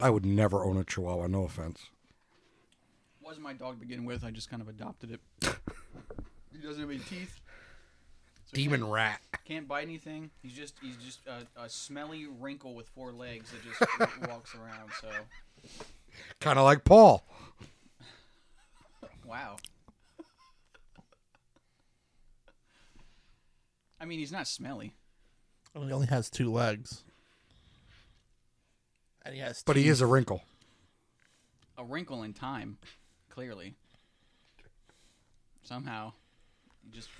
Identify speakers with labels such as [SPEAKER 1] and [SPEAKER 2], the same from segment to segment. [SPEAKER 1] I would never own a Chihuahua. No offense.
[SPEAKER 2] Wasn't my dog to begin with. I just kind of adopted it. he doesn't have any teeth. So he
[SPEAKER 1] Demon rat.
[SPEAKER 2] Can't bite anything. He's just he's just a, a smelly wrinkle with four legs that just w- walks around. So
[SPEAKER 1] Kind of like Paul.
[SPEAKER 2] wow. I mean, he's not smelly.
[SPEAKER 3] And he only has two legs. And he has
[SPEAKER 1] But he is a wrinkle.
[SPEAKER 2] A wrinkle in time, clearly. Somehow, he just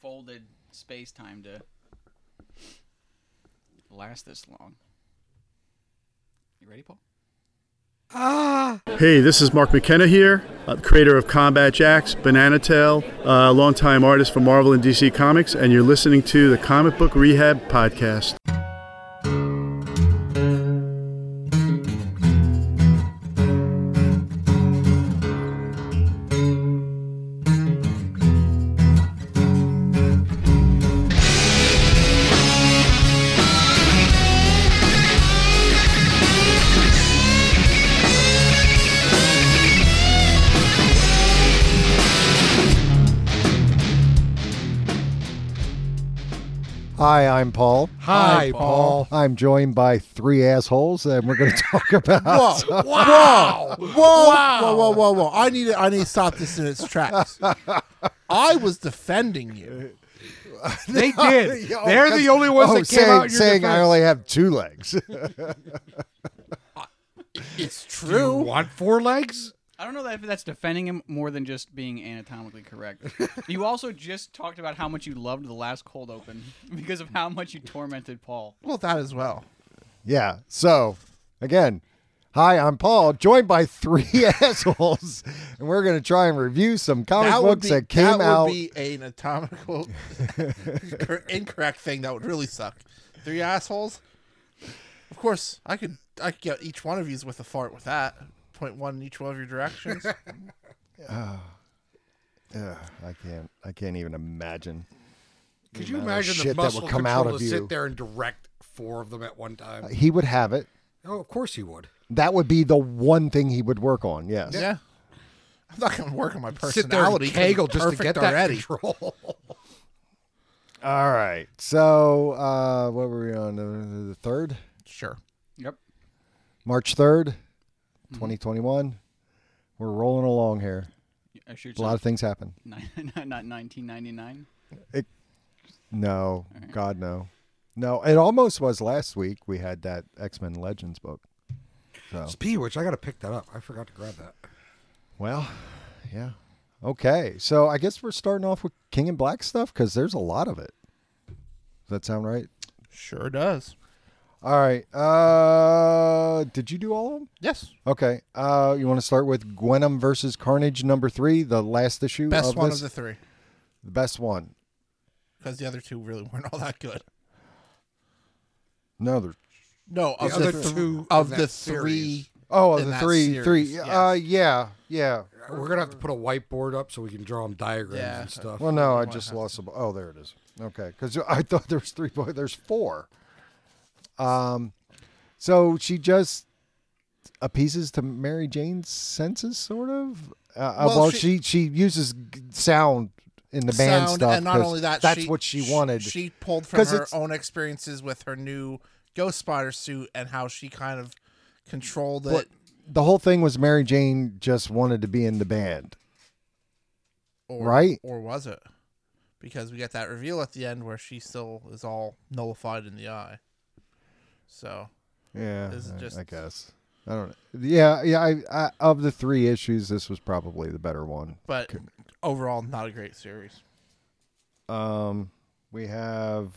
[SPEAKER 2] folded space time to last this long. You ready, Paul?
[SPEAKER 4] Hey, this is Mark McKenna here, uh, creator of Combat Jacks, Banana Tail, uh, longtime artist for Marvel and DC Comics, and you're listening to the Comic Book Rehab Podcast.
[SPEAKER 5] Hi, I'm Paul.
[SPEAKER 1] Hi, Paul.
[SPEAKER 5] I'm joined by three assholes, and we're going to talk about.
[SPEAKER 3] Whoa, wow, whoa, whoa, whoa, whoa, whoa. I need to, I need to stop this in its tracks. I was defending you.
[SPEAKER 1] They did.
[SPEAKER 5] Yo,
[SPEAKER 1] They're the only ones
[SPEAKER 5] oh,
[SPEAKER 1] that came
[SPEAKER 5] saying,
[SPEAKER 1] out in your
[SPEAKER 5] saying I
[SPEAKER 1] defense.
[SPEAKER 5] only have two legs.
[SPEAKER 3] It's
[SPEAKER 1] You
[SPEAKER 3] true.
[SPEAKER 1] want four legs?
[SPEAKER 2] I don't know that if that's defending him more than just being anatomically correct. you also just talked about how much you loved the last cold open because of how much you tormented Paul.
[SPEAKER 3] Well, that as well.
[SPEAKER 5] yeah. So, again, hi, I'm Paul, joined by three assholes, and we're going to try and review some comic
[SPEAKER 3] That would
[SPEAKER 5] books
[SPEAKER 3] be,
[SPEAKER 5] that came
[SPEAKER 3] that
[SPEAKER 5] out.
[SPEAKER 3] would be an anatomical cor- incorrect thing that would really suck. Three assholes. Of course, I could I could get each one of you with a fart with that. Point one in each one of your directions.
[SPEAKER 5] Ugh, I can't. I can't even imagine.
[SPEAKER 1] Could you
[SPEAKER 5] amount of
[SPEAKER 1] imagine the
[SPEAKER 5] shit that
[SPEAKER 1] muscle
[SPEAKER 5] would come out
[SPEAKER 1] control
[SPEAKER 5] of
[SPEAKER 1] to
[SPEAKER 5] you.
[SPEAKER 1] sit there and direct four of them at one time?
[SPEAKER 5] He would have it.
[SPEAKER 1] Oh, of course he would.
[SPEAKER 5] That would be the one thing he would work on. Yes.
[SPEAKER 3] yeah. I'm not gonna work on my
[SPEAKER 1] Sit there and
[SPEAKER 3] personality. 'cause I'm
[SPEAKER 1] kegel just to
[SPEAKER 3] perfect
[SPEAKER 1] get that
[SPEAKER 3] already.
[SPEAKER 1] control.
[SPEAKER 5] All right. So, uh, what were we on? The, the third?
[SPEAKER 3] Sure.
[SPEAKER 2] Yep.
[SPEAKER 5] March 3rd,
[SPEAKER 3] Mm-hmm.
[SPEAKER 5] 2021. We're rolling along here.
[SPEAKER 2] I should
[SPEAKER 5] A lot of things happen.
[SPEAKER 2] nine, not, not 1999.
[SPEAKER 5] No, God, no. No, it almost was last week. We had that X Men Legends book. So,
[SPEAKER 1] Speed, which I got to pick that up. I forgot to grab that.
[SPEAKER 5] well, yeah. Okay. So, I guess we're starting off with King and Black stuff because there's a lot of it. Does that sound right?
[SPEAKER 3] Sure does.
[SPEAKER 5] All right. Uh, did you do all of them?
[SPEAKER 3] Yes.
[SPEAKER 5] Okay. Uh, you want to start with Gwenum versus Carnage number three, the last issue.
[SPEAKER 3] Best
[SPEAKER 5] of
[SPEAKER 3] one of
[SPEAKER 5] this?
[SPEAKER 3] the three.
[SPEAKER 5] the best one.
[SPEAKER 3] Because the other two really weren't all that good.
[SPEAKER 5] No, there's
[SPEAKER 3] No, of
[SPEAKER 1] other
[SPEAKER 3] the, th-
[SPEAKER 1] two
[SPEAKER 3] of
[SPEAKER 1] in
[SPEAKER 3] the
[SPEAKER 1] that series.
[SPEAKER 3] three.
[SPEAKER 5] Oh,
[SPEAKER 3] in
[SPEAKER 5] the
[SPEAKER 3] that
[SPEAKER 5] three,
[SPEAKER 3] series,
[SPEAKER 5] three.
[SPEAKER 3] yes.
[SPEAKER 5] Uh, yeah, yeah.
[SPEAKER 1] We're gonna have to put a whiteboard up so we can draw them diagrams
[SPEAKER 3] Yeah.
[SPEAKER 1] and stuff.
[SPEAKER 5] Well, no, I
[SPEAKER 3] might
[SPEAKER 5] just
[SPEAKER 3] have
[SPEAKER 5] lost. the Oh, there it is. Okay, because I thought there was three. Boy, there's four. Um, so she just appeases to Mary Jane's senses, sort of. Uh, Uh, well,
[SPEAKER 3] Well,
[SPEAKER 5] she,
[SPEAKER 3] she-
[SPEAKER 5] she uses g- sound in the band
[SPEAKER 3] sound,
[SPEAKER 5] stuff,
[SPEAKER 3] and not
[SPEAKER 5] 'cause
[SPEAKER 3] only that,
[SPEAKER 5] that's
[SPEAKER 3] she,
[SPEAKER 5] what she
[SPEAKER 3] sh-
[SPEAKER 5] wanted.
[SPEAKER 3] She pulled from
[SPEAKER 5] 'Cause
[SPEAKER 3] her
[SPEAKER 5] it's-
[SPEAKER 3] own experiences with her new Ghost Spotter suit and how she kind of controlled
[SPEAKER 5] But
[SPEAKER 3] it,
[SPEAKER 5] the whole thing was Mary Jane just wanted to be in the band.
[SPEAKER 3] or,
[SPEAKER 5] right?
[SPEAKER 3] Or was it? Because we get that reveal at the end where she still is all nullified in the eye. So
[SPEAKER 5] Yeah,
[SPEAKER 3] This is
[SPEAKER 5] I-
[SPEAKER 3] just-
[SPEAKER 5] I guess. I don't. Yeah, yeah. I, I of the three issues, this was probably the better one.
[SPEAKER 3] but overall, not a great series.
[SPEAKER 5] Um, we have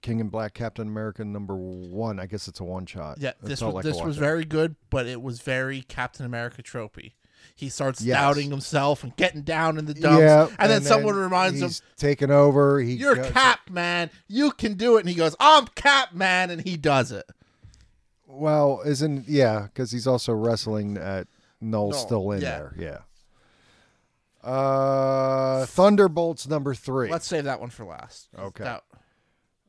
[SPEAKER 5] King and Black Captain America number one. I guess it's a one shot.
[SPEAKER 3] Yeah,
[SPEAKER 5] It
[SPEAKER 3] this
[SPEAKER 5] felt
[SPEAKER 3] was,
[SPEAKER 5] like a
[SPEAKER 3] this
[SPEAKER 5] one
[SPEAKER 3] was
[SPEAKER 5] shot.
[SPEAKER 3] very good, but it was very Captain America tropey. He starts
[SPEAKER 5] Yes.
[SPEAKER 3] doubting himself and getting down in the dumps,
[SPEAKER 5] Yeah,
[SPEAKER 3] and, then, someone reminds him,
[SPEAKER 5] he's taking over. He
[SPEAKER 3] "You're
[SPEAKER 5] goes-
[SPEAKER 3] Cap, man. You can do it." And he goes, "I'm Cap, man," and he does it.
[SPEAKER 5] Well, isn't yeah? Because he's also wrestling at Null
[SPEAKER 3] Null,
[SPEAKER 5] still in
[SPEAKER 3] yeah.
[SPEAKER 5] there. Yeah. Uh, Thunderbolts number 3
[SPEAKER 3] Let's save that one for last.
[SPEAKER 5] Okay.
[SPEAKER 3] that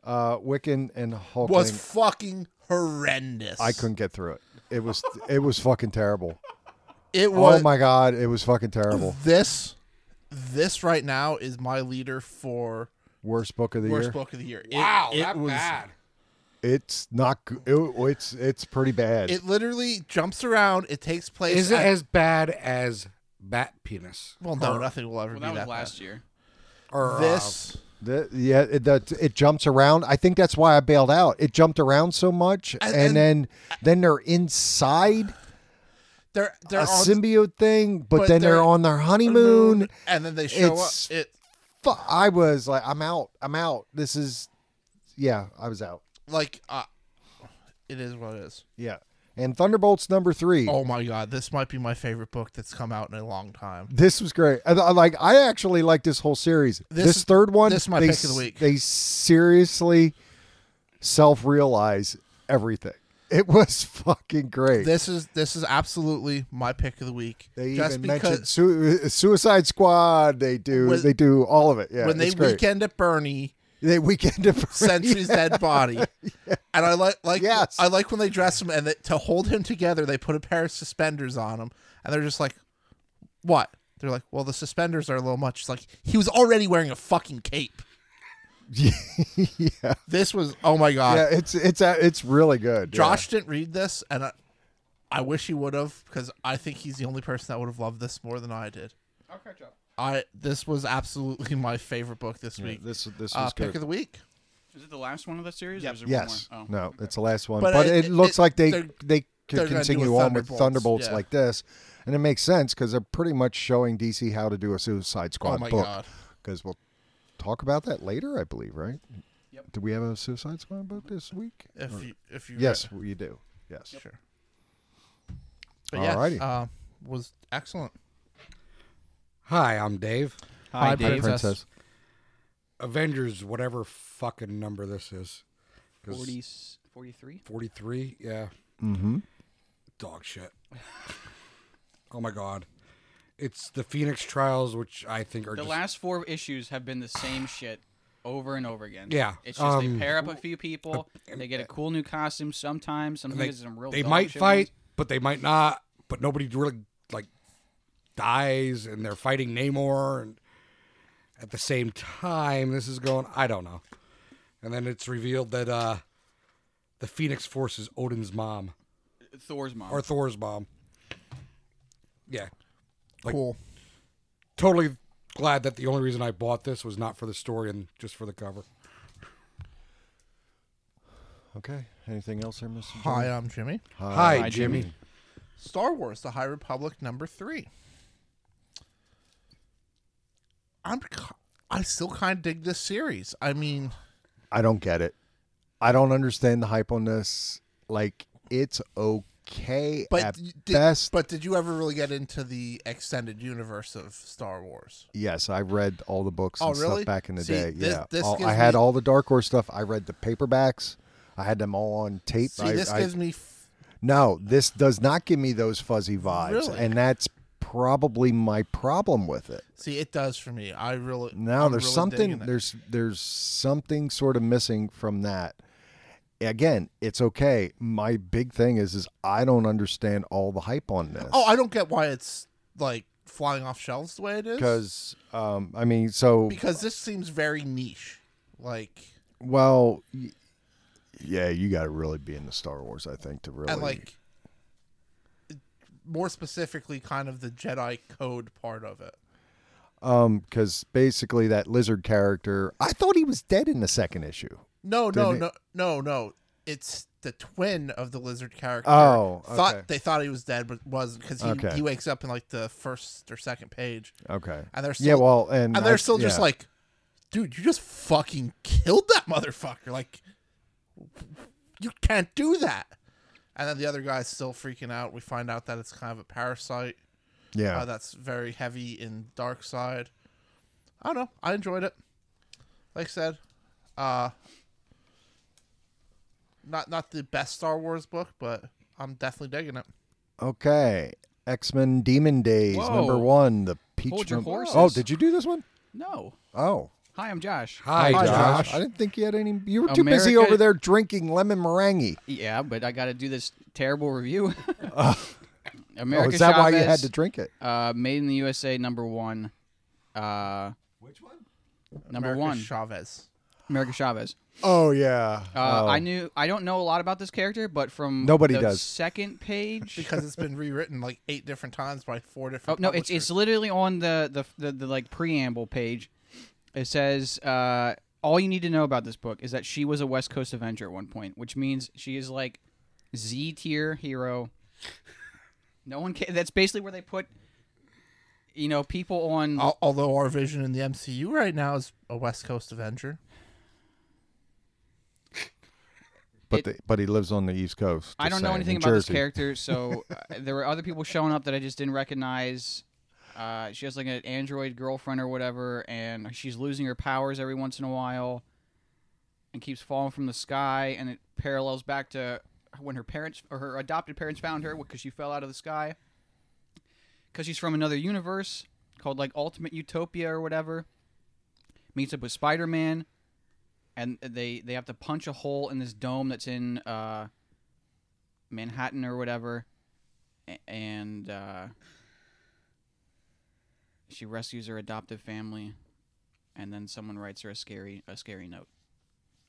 [SPEAKER 5] uh, Wiccan and Hulkling.
[SPEAKER 3] was fucking horrendous.
[SPEAKER 5] I couldn't get through it. It was it was fucking terrible.
[SPEAKER 3] It was
[SPEAKER 5] oh my god, it was fucking terrible.
[SPEAKER 3] this this right now is my leader for
[SPEAKER 5] Worst book of the
[SPEAKER 3] worst
[SPEAKER 5] year.
[SPEAKER 3] book of the year. It-
[SPEAKER 1] Wow,
[SPEAKER 3] it
[SPEAKER 1] that
[SPEAKER 3] was-
[SPEAKER 1] bad.
[SPEAKER 5] It's not. g- It, it's it's pretty bad.
[SPEAKER 3] It literally jumps around. It takes place.
[SPEAKER 1] Is it
[SPEAKER 3] at-
[SPEAKER 1] as bad as Bat Penis?
[SPEAKER 3] well? No,
[SPEAKER 1] Or-
[SPEAKER 3] nothing will
[SPEAKER 2] Well,
[SPEAKER 3] ever be
[SPEAKER 2] that was
[SPEAKER 3] that
[SPEAKER 2] last year.
[SPEAKER 1] Or,
[SPEAKER 3] bad.
[SPEAKER 1] uh,
[SPEAKER 3] This
[SPEAKER 5] The- yeah, it, that it jumps around. I think that's why I bailed out. It jumped around so much, and,
[SPEAKER 3] And- and-
[SPEAKER 5] then then they're inside
[SPEAKER 3] they're
[SPEAKER 5] a
[SPEAKER 3] they're on
[SPEAKER 5] symbiote thing, but,
[SPEAKER 3] but
[SPEAKER 5] then they're,
[SPEAKER 3] they're
[SPEAKER 5] on their
[SPEAKER 3] the
[SPEAKER 5] honeymoon.
[SPEAKER 3] and then they show up.
[SPEAKER 5] It's-
[SPEAKER 3] It
[SPEAKER 5] Fu- I was like, I'm out. I'm out. This is, yeah, I was out.
[SPEAKER 3] like uh, it is what it is.
[SPEAKER 5] Yeah, and Thunderbolts number three.
[SPEAKER 3] Oh my god, this might be my favorite book that's come out in a long time.
[SPEAKER 5] This was great. I, I like I actually like this whole series. This,
[SPEAKER 3] This is-
[SPEAKER 5] third one,
[SPEAKER 3] this is my
[SPEAKER 5] they,
[SPEAKER 3] pick of the
[SPEAKER 5] s-
[SPEAKER 3] week.
[SPEAKER 5] They seriously self realize everything. It was fucking great.
[SPEAKER 3] This is this is absolutely my pick of the week.
[SPEAKER 5] They
[SPEAKER 3] just
[SPEAKER 5] even
[SPEAKER 3] because
[SPEAKER 5] mentioned su- uh, Suicide Squad. They do.
[SPEAKER 3] When-
[SPEAKER 5] they do all of it. Yeah,
[SPEAKER 3] when they
[SPEAKER 5] it's great.
[SPEAKER 3] weekend at Bernie,
[SPEAKER 5] they weekend it for-
[SPEAKER 3] Sentry's dead body, and I like like
[SPEAKER 5] Yes.
[SPEAKER 3] I like when they dress him and they, to hold him together, they put a pair of suspenders on him, and they're just like, "What?" They're like, "Well, the suspenders are a little much." It's like he was already wearing a fucking cape.
[SPEAKER 5] yeah,
[SPEAKER 3] This was oh my god.
[SPEAKER 5] yeah. It's it's uh, it's really good. yeah.
[SPEAKER 3] Josh didn't read this, and I, I wish he would have because I think he's the only person that would have loved this more than I did.
[SPEAKER 2] I'll catch up.
[SPEAKER 3] I this was absolutely my favorite book this
[SPEAKER 5] Yeah,
[SPEAKER 3] week.
[SPEAKER 5] this this was
[SPEAKER 3] uh,
[SPEAKER 5] good.
[SPEAKER 3] pick of the week.
[SPEAKER 2] Is it the last one of the series? Or is there
[SPEAKER 5] yes.
[SPEAKER 2] One more? Oh.
[SPEAKER 5] no, it's the last one. But,
[SPEAKER 3] Oh, But I-
[SPEAKER 5] it,
[SPEAKER 3] it-
[SPEAKER 5] looks
[SPEAKER 3] it-
[SPEAKER 5] like they
[SPEAKER 3] they're-
[SPEAKER 5] they could
[SPEAKER 3] they're gonna do
[SPEAKER 5] continue
[SPEAKER 3] a
[SPEAKER 5] on with
[SPEAKER 3] Thunderbolts,
[SPEAKER 5] Thunderbolts
[SPEAKER 3] yeah.
[SPEAKER 5] like this, and it makes sense because they're pretty much showing DC how to do a Suicide Squad
[SPEAKER 3] Oh my
[SPEAKER 5] book.
[SPEAKER 3] god.
[SPEAKER 5] Because we'll talk about that later, I believe. Right?
[SPEAKER 2] Yep.
[SPEAKER 5] Do we have a Suicide Squad book this week?
[SPEAKER 3] If you if you
[SPEAKER 5] Yes, you do. Yes.
[SPEAKER 3] sure. But yeah,
[SPEAKER 5] Alrighty.
[SPEAKER 3] uh, was excellent.
[SPEAKER 1] Hi, I'm Dave.
[SPEAKER 2] Hi,
[SPEAKER 3] Dave.
[SPEAKER 2] Dave.
[SPEAKER 5] Princess.
[SPEAKER 1] Avengers, whatever fucking number this is. 'Cause
[SPEAKER 2] 40, 43?
[SPEAKER 1] 43, yeah.
[SPEAKER 5] Mm-hmm.
[SPEAKER 1] Dog shit. oh my god. It's the Phoenix Trials, which I think are
[SPEAKER 2] The
[SPEAKER 1] just.
[SPEAKER 2] last four issues have been the same shit over and over again.
[SPEAKER 1] Yeah,
[SPEAKER 2] It's just
[SPEAKER 1] um,
[SPEAKER 2] they pair up a few people, they get a cool new costume sometimes, sometimes
[SPEAKER 1] they
[SPEAKER 2] it's some real
[SPEAKER 1] they
[SPEAKER 2] dog
[SPEAKER 1] might
[SPEAKER 2] shit
[SPEAKER 1] fight,
[SPEAKER 2] ones.
[SPEAKER 1] but they might not. But nobody really like dies, and they're fighting Namor, and at the same time, this is going. I don't know. And then it's revealed that uh, the Phoenix Force is Odin's mom
[SPEAKER 2] Thor's mom.
[SPEAKER 1] or Thor's mom. Yeah, Like-
[SPEAKER 3] cool.
[SPEAKER 1] totally glad that the only reason I bought this was not for the story and just for the cover.
[SPEAKER 5] Okay. Anything else there, Mr.
[SPEAKER 3] Hi, I'm Jimmy.
[SPEAKER 1] Hi, Jimmy.
[SPEAKER 3] Star Wars: The High Republic number three. I'm ki- I still kind of dig this series. I mean,
[SPEAKER 5] I don't get it. I don't understand the hype on this. Like it's okay
[SPEAKER 3] but
[SPEAKER 5] at
[SPEAKER 3] y- did,
[SPEAKER 5] best.
[SPEAKER 3] But did you ever really get into the extended universe of Star Wars?
[SPEAKER 5] yes, I read all the books
[SPEAKER 3] Oh,
[SPEAKER 5] and
[SPEAKER 3] really?
[SPEAKER 5] stuff back in the
[SPEAKER 3] See,
[SPEAKER 5] day.
[SPEAKER 3] this-
[SPEAKER 5] yeah,
[SPEAKER 3] this
[SPEAKER 5] All-
[SPEAKER 3] gives
[SPEAKER 5] I had
[SPEAKER 3] me-
[SPEAKER 5] all the Dark Horse stuff. I read the paperbacks. I had them all on tape.
[SPEAKER 3] See,
[SPEAKER 5] I,
[SPEAKER 3] this
[SPEAKER 5] I-
[SPEAKER 3] gives me f-
[SPEAKER 5] no, this does not give me those fuzzy vibes,
[SPEAKER 3] Really?
[SPEAKER 5] and that's probably my problem with it.
[SPEAKER 3] see it does for me. I really
[SPEAKER 5] No,
[SPEAKER 3] I'm
[SPEAKER 5] there's
[SPEAKER 3] really
[SPEAKER 5] something
[SPEAKER 3] digging it.
[SPEAKER 5] there's there's something sort of missing from that. Again, it's okay. My big thing is is I don't understand all the hype on this.
[SPEAKER 3] Oh, I don't get why it's like flying off shelves the way it is.
[SPEAKER 5] because um, I mean, so
[SPEAKER 3] because this seems very niche. Like
[SPEAKER 5] well, y- yeah, you got to really be into Star Wars, I think, to really
[SPEAKER 3] and like more specifically, kind of the Jedi code part of it.
[SPEAKER 5] um because basically that lizard character, I thought he was dead in the second issue.
[SPEAKER 3] No, no,
[SPEAKER 5] Didn't it-
[SPEAKER 3] no, no, no. It's the twin of the lizard character.
[SPEAKER 5] Oh,
[SPEAKER 3] thought
[SPEAKER 5] okay.
[SPEAKER 3] they thought he was dead, but wasn't because he,
[SPEAKER 5] Okay.
[SPEAKER 3] he wakes up in like the first or second page,
[SPEAKER 5] Okay,
[SPEAKER 3] and they're still
[SPEAKER 5] yeah, well,
[SPEAKER 3] and
[SPEAKER 5] and I-
[SPEAKER 3] they're still just
[SPEAKER 5] yeah.
[SPEAKER 3] like, dude, you just fucking killed that motherfucker. Like, you can't do that. And then the other guy's still freaking out. We find out that it's kind of a parasite
[SPEAKER 5] yeah,
[SPEAKER 3] uh, that's very heavy in Dark Side. I don't know. I enjoyed it. Like I said, uh, not not the best Star Wars book, but I'm definitely digging it.
[SPEAKER 5] Okay. X Men Demon Days,
[SPEAKER 2] Whoa.
[SPEAKER 5] number one, the Peach
[SPEAKER 2] Hold your
[SPEAKER 5] Room-
[SPEAKER 2] horses.
[SPEAKER 5] Oh, did you do this one?
[SPEAKER 2] No.
[SPEAKER 5] Oh,
[SPEAKER 2] Hi, I'm Josh.
[SPEAKER 1] Hi,
[SPEAKER 5] Hi,
[SPEAKER 1] Josh.
[SPEAKER 5] I didn't think you had any. You were too busy
[SPEAKER 2] America-
[SPEAKER 5] over there drinking lemon meringue.
[SPEAKER 2] Yeah, but I got to do this terrible review.
[SPEAKER 5] Oh,
[SPEAKER 2] America
[SPEAKER 5] is that why you had
[SPEAKER 2] Chavez,
[SPEAKER 5] to drink it?
[SPEAKER 2] Uh, made in the USA, number one. Uh, Which one? Number
[SPEAKER 3] America
[SPEAKER 2] one,
[SPEAKER 3] Chavez.
[SPEAKER 2] America Chavez.
[SPEAKER 5] Oh yeah.
[SPEAKER 2] Uh, I knew. I don't know a lot about this character, but from
[SPEAKER 5] Nobody
[SPEAKER 2] the
[SPEAKER 5] does.
[SPEAKER 2] Second page.
[SPEAKER 3] Because it's been rewritten like eight different times by four
[SPEAKER 2] Oh
[SPEAKER 3] different.
[SPEAKER 2] no, it's it's
[SPEAKER 3] publishers.
[SPEAKER 2] literally on the the, the, the like preamble page. It says uh, all you need to know about this book is that she was a West Coast Avenger at one point, which means she is like Z tier hero. No one ca- that's basically where they put you know people on
[SPEAKER 3] Al- although our vision in the MCU right now is a West Coast Avenger.
[SPEAKER 5] But
[SPEAKER 2] it-
[SPEAKER 5] the, but he lives on the East Coast.
[SPEAKER 2] I don't
[SPEAKER 5] just
[SPEAKER 2] know
[SPEAKER 5] saying,
[SPEAKER 2] anything
[SPEAKER 5] in
[SPEAKER 2] about this
[SPEAKER 5] Jersey.
[SPEAKER 2] character, so uh, there were other people showing up that I just didn't recognize. Uh, she has like an android girlfriend or whatever, and she's losing her powers every once in a while, and keeps falling from the sky, and it parallels back to when her parents or her adopted parents found her because she fell out of the sky. Because she's from another universe called like Ultimate Utopia or whatever. Meets up with Spider Man, and they they have to punch a hole in this dome that's in. Uh, Manhattan or whatever, a- and uh, she rescues her adoptive family, and then someone writes her a scary a scary note.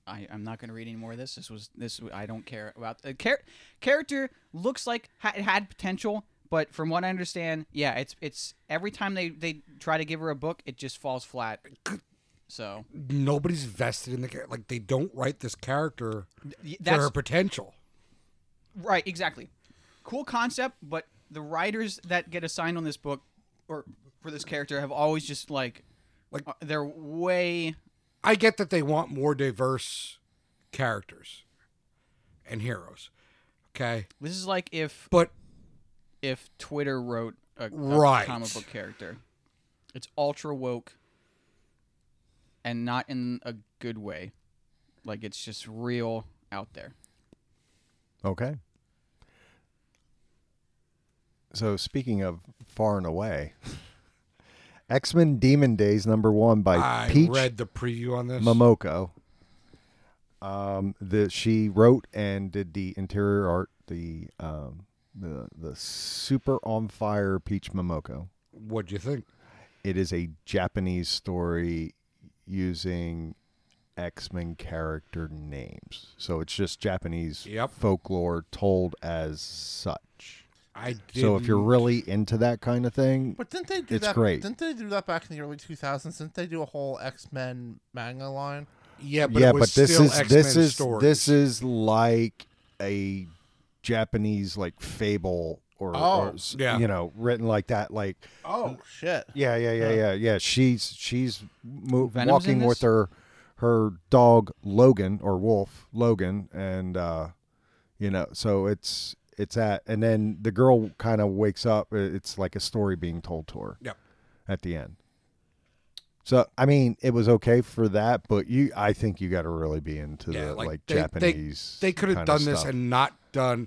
[SPEAKER 2] I, I'm not going to read any more of this. This was this w- I don't care about the char- character looks like ha- it had potential, but from what I understand, yeah, it's it's every time they they try to give her a book, it just falls flat. So
[SPEAKER 1] Nobody's vested in the character. Like they don't write this character
[SPEAKER 2] y-
[SPEAKER 1] for
[SPEAKER 2] that's
[SPEAKER 1] her potential.
[SPEAKER 2] Right, exactly. Cool concept, but the writers that get assigned on this book or for this character have always just like,
[SPEAKER 1] Like-
[SPEAKER 2] uh, they're way
[SPEAKER 1] I get that they want more diverse characters and heroes. Okay,
[SPEAKER 2] This is like if
[SPEAKER 1] but
[SPEAKER 2] if Twitter wrote a, a
[SPEAKER 1] Right.
[SPEAKER 2] comic book character. It's ultra woke and not in a good way. Like it's just real out there.
[SPEAKER 5] Okay. So speaking of far and away, X Men Demon Days number one by
[SPEAKER 1] I
[SPEAKER 5] Peach
[SPEAKER 1] read the preview on this.
[SPEAKER 5] Momoko. Um, the she wrote and did the interior art, the um, the the super on fire Peach Momoko.
[SPEAKER 1] What'd you think?
[SPEAKER 5] It is a Japanese story using X Men character names, so it's just Japanese
[SPEAKER 1] Yep.
[SPEAKER 5] folklore told as such.
[SPEAKER 1] I did.
[SPEAKER 5] So if you're really into that kind of thing,
[SPEAKER 3] But didn't they do
[SPEAKER 5] It's
[SPEAKER 3] that?
[SPEAKER 5] great.
[SPEAKER 3] Didn't they do that back in the early 2000s? Didn't they do a whole X Men manga line?
[SPEAKER 1] yeah, but
[SPEAKER 5] yeah,
[SPEAKER 1] it was
[SPEAKER 5] but this
[SPEAKER 1] still
[SPEAKER 5] is
[SPEAKER 1] X-Men
[SPEAKER 5] this is
[SPEAKER 1] stories.
[SPEAKER 5] this is like a Japanese like fable or,
[SPEAKER 3] Oh,
[SPEAKER 5] or s-
[SPEAKER 1] yeah.
[SPEAKER 5] you know written like that like
[SPEAKER 3] Oh shit!
[SPEAKER 5] yeah yeah yeah yeah yeah she's she's mo-
[SPEAKER 2] Venom's in
[SPEAKER 5] walking with
[SPEAKER 2] this?
[SPEAKER 5] her her dog Logan or wolf Logan and uh you know so it's it's that and then the girl kind of wakes up i- it's like a story being told to her
[SPEAKER 1] Yep.
[SPEAKER 5] at the end so I mean it was okay for that but you I think you got to really be into
[SPEAKER 1] Yeah,
[SPEAKER 5] the like,
[SPEAKER 1] like, they- they-
[SPEAKER 5] Japanese
[SPEAKER 1] they could have
[SPEAKER 5] kinda
[SPEAKER 1] done this
[SPEAKER 5] stuff.
[SPEAKER 1] and not done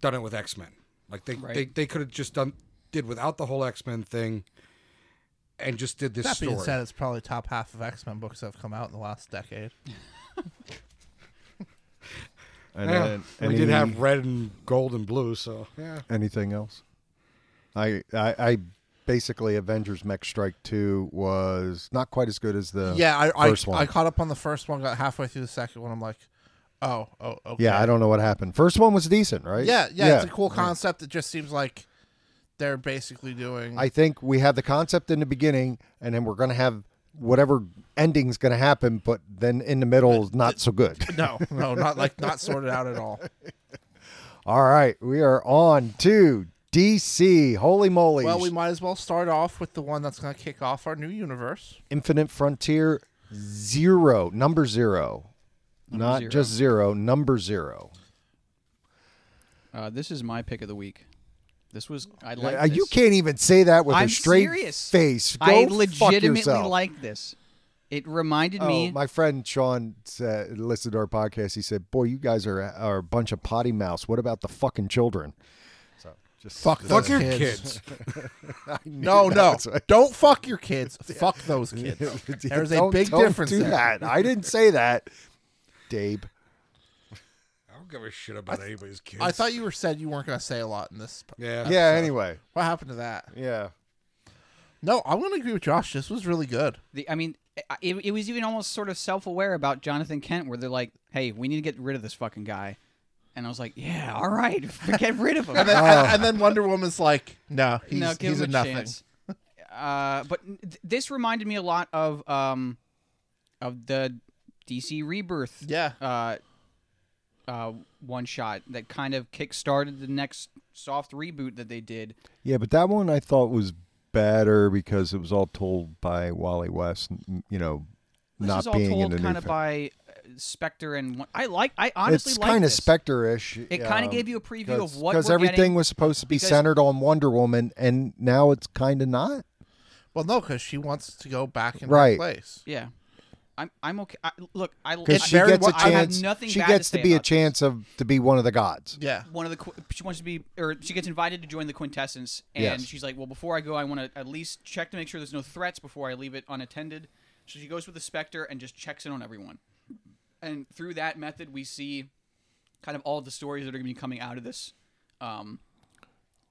[SPEAKER 1] done it with X Men. Like they,
[SPEAKER 2] Right.
[SPEAKER 1] they they could have just done did without the whole X Men thing, and just did this
[SPEAKER 3] That
[SPEAKER 1] story.
[SPEAKER 3] being said, it's probably top half of X Men books that have come out in the last decade.
[SPEAKER 5] and
[SPEAKER 1] Yeah,
[SPEAKER 5] then
[SPEAKER 1] we
[SPEAKER 5] any-
[SPEAKER 1] did have red and gold and blue, so yeah.
[SPEAKER 5] anything else I I, I basically Avengers Mech Strike 2 was not quite as good as the
[SPEAKER 3] yeah, I I,
[SPEAKER 5] first one.
[SPEAKER 3] I caught up on the first one. Got halfway through the second one. I'm like, oh, oh, okay.
[SPEAKER 5] yeah, I don't know what happened. First one was decent, right?
[SPEAKER 3] Yeah, yeah, it's a cool concept. It just seems like they're basically doing.
[SPEAKER 5] I think we have the concept in the beginning, and then we're going to have whatever ending's going to happen, but then in the middle is not so good.
[SPEAKER 3] no, no, not like not sorted out at all.
[SPEAKER 5] All right, we are on to DC. Holy moly.
[SPEAKER 3] Well, we might as well start off with the one that's going to kick off our new universe.
[SPEAKER 5] Infinite Frontier Zero, number zero. not
[SPEAKER 2] zero.
[SPEAKER 5] just zero, number zero.
[SPEAKER 2] Uh, this is my pick of the week. This was I like.
[SPEAKER 5] Uh, you
[SPEAKER 2] this.
[SPEAKER 5] can't even say that with
[SPEAKER 2] I'm
[SPEAKER 5] a straight
[SPEAKER 2] serious.
[SPEAKER 5] face. Go
[SPEAKER 2] I
[SPEAKER 5] fuck
[SPEAKER 2] legitimately
[SPEAKER 5] yourself.
[SPEAKER 2] like this. It reminded
[SPEAKER 5] Oh,
[SPEAKER 2] me.
[SPEAKER 5] my friend Sean said, listened to our podcast. He said, "Boy, you guys are, are a bunch of potty mouse. What about the fucking children?" Just
[SPEAKER 3] Fuck
[SPEAKER 1] Fuck
[SPEAKER 3] those
[SPEAKER 1] your kids.
[SPEAKER 3] kids.
[SPEAKER 5] I knew
[SPEAKER 3] No, no.
[SPEAKER 5] that's what-
[SPEAKER 3] Don't fuck your kids. Fuck those kids. There's a
[SPEAKER 5] Don't-
[SPEAKER 3] big
[SPEAKER 5] don't
[SPEAKER 3] difference
[SPEAKER 5] Do
[SPEAKER 3] there.
[SPEAKER 5] that. I didn't say that, Dave.
[SPEAKER 1] I don't give a shit about anybody's kids.
[SPEAKER 3] I thought you were said you weren't going to say a lot in this.
[SPEAKER 1] Yeah.
[SPEAKER 5] Yeah. Anyway.
[SPEAKER 3] What happened to that?
[SPEAKER 5] Yeah.
[SPEAKER 3] No, I'm going to agree with Josh. This was really good.
[SPEAKER 2] The, I mean, I- it, it was even almost sort of self-aware about Jonathan Kent, where they're like, "Hey, we need to get rid of this fucking guy," and I was like, "Yeah, all right, get rid of him."
[SPEAKER 3] And then,
[SPEAKER 1] Ah.
[SPEAKER 3] and, and then Wonder Woman's like, no, he's,
[SPEAKER 2] no, give
[SPEAKER 3] he's
[SPEAKER 2] him a
[SPEAKER 3] nothing.
[SPEAKER 2] chance. Uh, but th- this reminded me a lot of um, of the DC Rebirth
[SPEAKER 3] Yeah.
[SPEAKER 2] uh, uh, one shot that kind of kick-started the next soft reboot that they did.
[SPEAKER 5] Yeah, but that one I thought was better because it was all told by Wally West. n- You know,
[SPEAKER 2] This
[SPEAKER 5] not
[SPEAKER 2] is all
[SPEAKER 5] being
[SPEAKER 2] told
[SPEAKER 5] in the
[SPEAKER 2] kind
[SPEAKER 5] new
[SPEAKER 2] of
[SPEAKER 5] fa-
[SPEAKER 2] by uh, Spectre and one- I like. I honestly
[SPEAKER 5] it's
[SPEAKER 2] like
[SPEAKER 5] kind of
[SPEAKER 2] this.
[SPEAKER 5] Spectre-ish.
[SPEAKER 2] It kind of gave you a preview of what
[SPEAKER 5] because
[SPEAKER 2] we're
[SPEAKER 5] everything
[SPEAKER 2] getting.
[SPEAKER 5] was supposed to be
[SPEAKER 2] because-
[SPEAKER 5] centered on Wonder Woman, and now it's kind of not.
[SPEAKER 3] Well, no, because she wants to go back in
[SPEAKER 5] Right.
[SPEAKER 3] her place.
[SPEAKER 2] Yeah, I'm. I'm okay. I, look, I
[SPEAKER 5] Because
[SPEAKER 2] I-
[SPEAKER 5] she
[SPEAKER 3] very
[SPEAKER 5] gets a
[SPEAKER 3] well- I
[SPEAKER 5] chance.
[SPEAKER 2] have nothing
[SPEAKER 5] she
[SPEAKER 2] bad
[SPEAKER 5] gets
[SPEAKER 2] to, say
[SPEAKER 5] to, be a
[SPEAKER 2] about this.
[SPEAKER 5] chance of to be one of the gods.
[SPEAKER 3] Yeah.
[SPEAKER 2] One of the qu- she wants to be, or she gets invited to join the quintessence, and
[SPEAKER 5] Yes.
[SPEAKER 2] she's like, "Well, before I go, I want to at least check to make sure there's no threats before I leave it unattended." So she goes with the specter and just checks in on everyone, and through that method, we see kind of all the stories that are going to be coming out of this, um,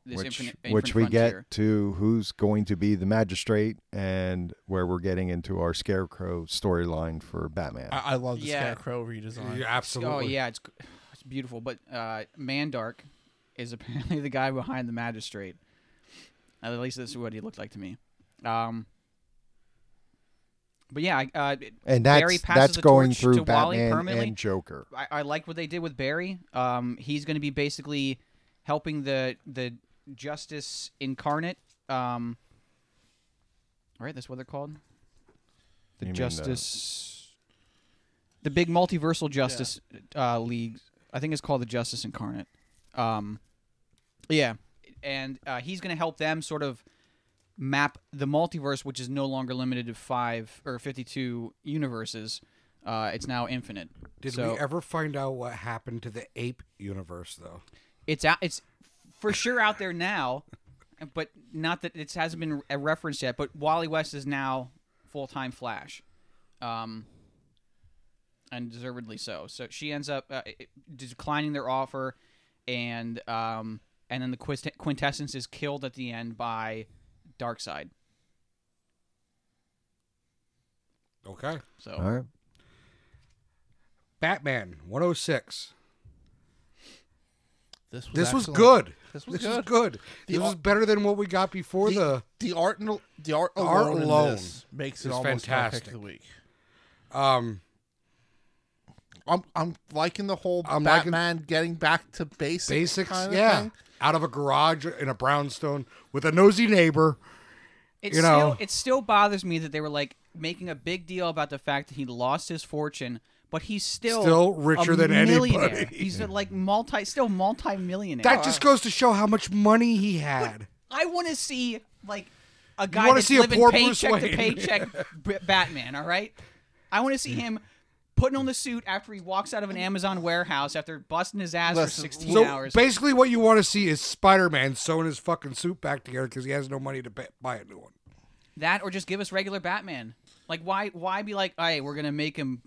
[SPEAKER 2] this
[SPEAKER 5] which
[SPEAKER 2] infinite,
[SPEAKER 5] which
[SPEAKER 2] Infinite
[SPEAKER 5] we
[SPEAKER 2] frontier.
[SPEAKER 5] get to who's going to be the magistrate and where we're getting into our scarecrow storyline for Batman.
[SPEAKER 3] I, I love the
[SPEAKER 2] Uh, Yeah.
[SPEAKER 3] Scarecrow redesign.
[SPEAKER 1] Yeah, absolutely.
[SPEAKER 2] Oh yeah, it's it's beautiful. But uh, Mandark is apparently the guy behind the magistrate. At least that's what he looked like to me. Um, but yeah, I, uh,
[SPEAKER 5] and that's
[SPEAKER 2] Barry passes
[SPEAKER 5] that's
[SPEAKER 2] the
[SPEAKER 5] going
[SPEAKER 2] torch
[SPEAKER 5] through
[SPEAKER 2] to Wally
[SPEAKER 5] Batman
[SPEAKER 2] permanently.
[SPEAKER 5] and Joker.
[SPEAKER 2] I, I like what they did with Barry. Um, he's going to be basically helping the the Justice Incarnate. Um, right, that's what they're called. The
[SPEAKER 5] You mean the-
[SPEAKER 2] Justice, the big multiversal Justice uh, League. I think it's called the Justice Incarnate. Um, yeah, and uh, he's going to help them sort of map the multiverse, which is no longer limited to five or fifty-two universes. Uh, it's now infinite.
[SPEAKER 1] Did
[SPEAKER 2] so
[SPEAKER 1] we ever find out what happened to the ape universe though?
[SPEAKER 2] it's out. It's for sure out there now, but not that it hasn't been a reference yet. But Wally West is now full-time Flash, um, and deservedly so. So she ends up uh, declining their offer, and um, and then the quist- quintessence is killed at the end by Darkseid.
[SPEAKER 1] Okay.
[SPEAKER 2] So
[SPEAKER 5] All right.
[SPEAKER 1] Batman 106.
[SPEAKER 3] This was,
[SPEAKER 1] This was
[SPEAKER 3] excellent.
[SPEAKER 1] good.
[SPEAKER 3] This
[SPEAKER 1] This was
[SPEAKER 3] was good.
[SPEAKER 1] good.
[SPEAKER 3] The
[SPEAKER 1] This
[SPEAKER 3] ar-
[SPEAKER 1] was better than what we got before
[SPEAKER 3] The,
[SPEAKER 1] the.
[SPEAKER 3] the art and the art alone,
[SPEAKER 1] art
[SPEAKER 3] in
[SPEAKER 1] alone
[SPEAKER 3] this makes it
[SPEAKER 1] is
[SPEAKER 3] almost my pick of
[SPEAKER 1] fantastic.
[SPEAKER 3] the week.
[SPEAKER 1] Um,
[SPEAKER 3] I'm I'm liking the whole
[SPEAKER 1] I'm liking-
[SPEAKER 3] Batman getting back to basics.
[SPEAKER 1] basics,
[SPEAKER 3] kind of
[SPEAKER 1] yeah.
[SPEAKER 3] thing.
[SPEAKER 1] Out of a garage in a brownstone with a nosy neighbor.
[SPEAKER 2] It
[SPEAKER 1] You
[SPEAKER 2] still,
[SPEAKER 1] know?
[SPEAKER 2] it still bothers me that they were like making a big deal about the fact that he lost his fortune, but he's still
[SPEAKER 1] Still richer
[SPEAKER 2] a
[SPEAKER 1] than
[SPEAKER 2] millionaire.
[SPEAKER 1] anybody.
[SPEAKER 2] He's a, like multi, still multi-millionaire.
[SPEAKER 1] That just goes to show how much money he had.
[SPEAKER 2] I want to see like a guy
[SPEAKER 1] wanna
[SPEAKER 2] that's
[SPEAKER 1] see a
[SPEAKER 2] living
[SPEAKER 1] poor Bruce
[SPEAKER 2] paycheck to
[SPEAKER 1] Wayne.
[SPEAKER 2] paycheck, B- Batman. All right, I want to see him putting on the suit after he walks out of an Amazon warehouse after busting his ass for
[SPEAKER 3] Listen,
[SPEAKER 2] sixteen
[SPEAKER 1] So
[SPEAKER 2] hours.
[SPEAKER 1] basically, what you want to see is Spider Man sewing his fucking suit back together because he has no money to pay, buy a new one.
[SPEAKER 2] that or just give us regular Batman. Like why why be like, hey, we're gonna make him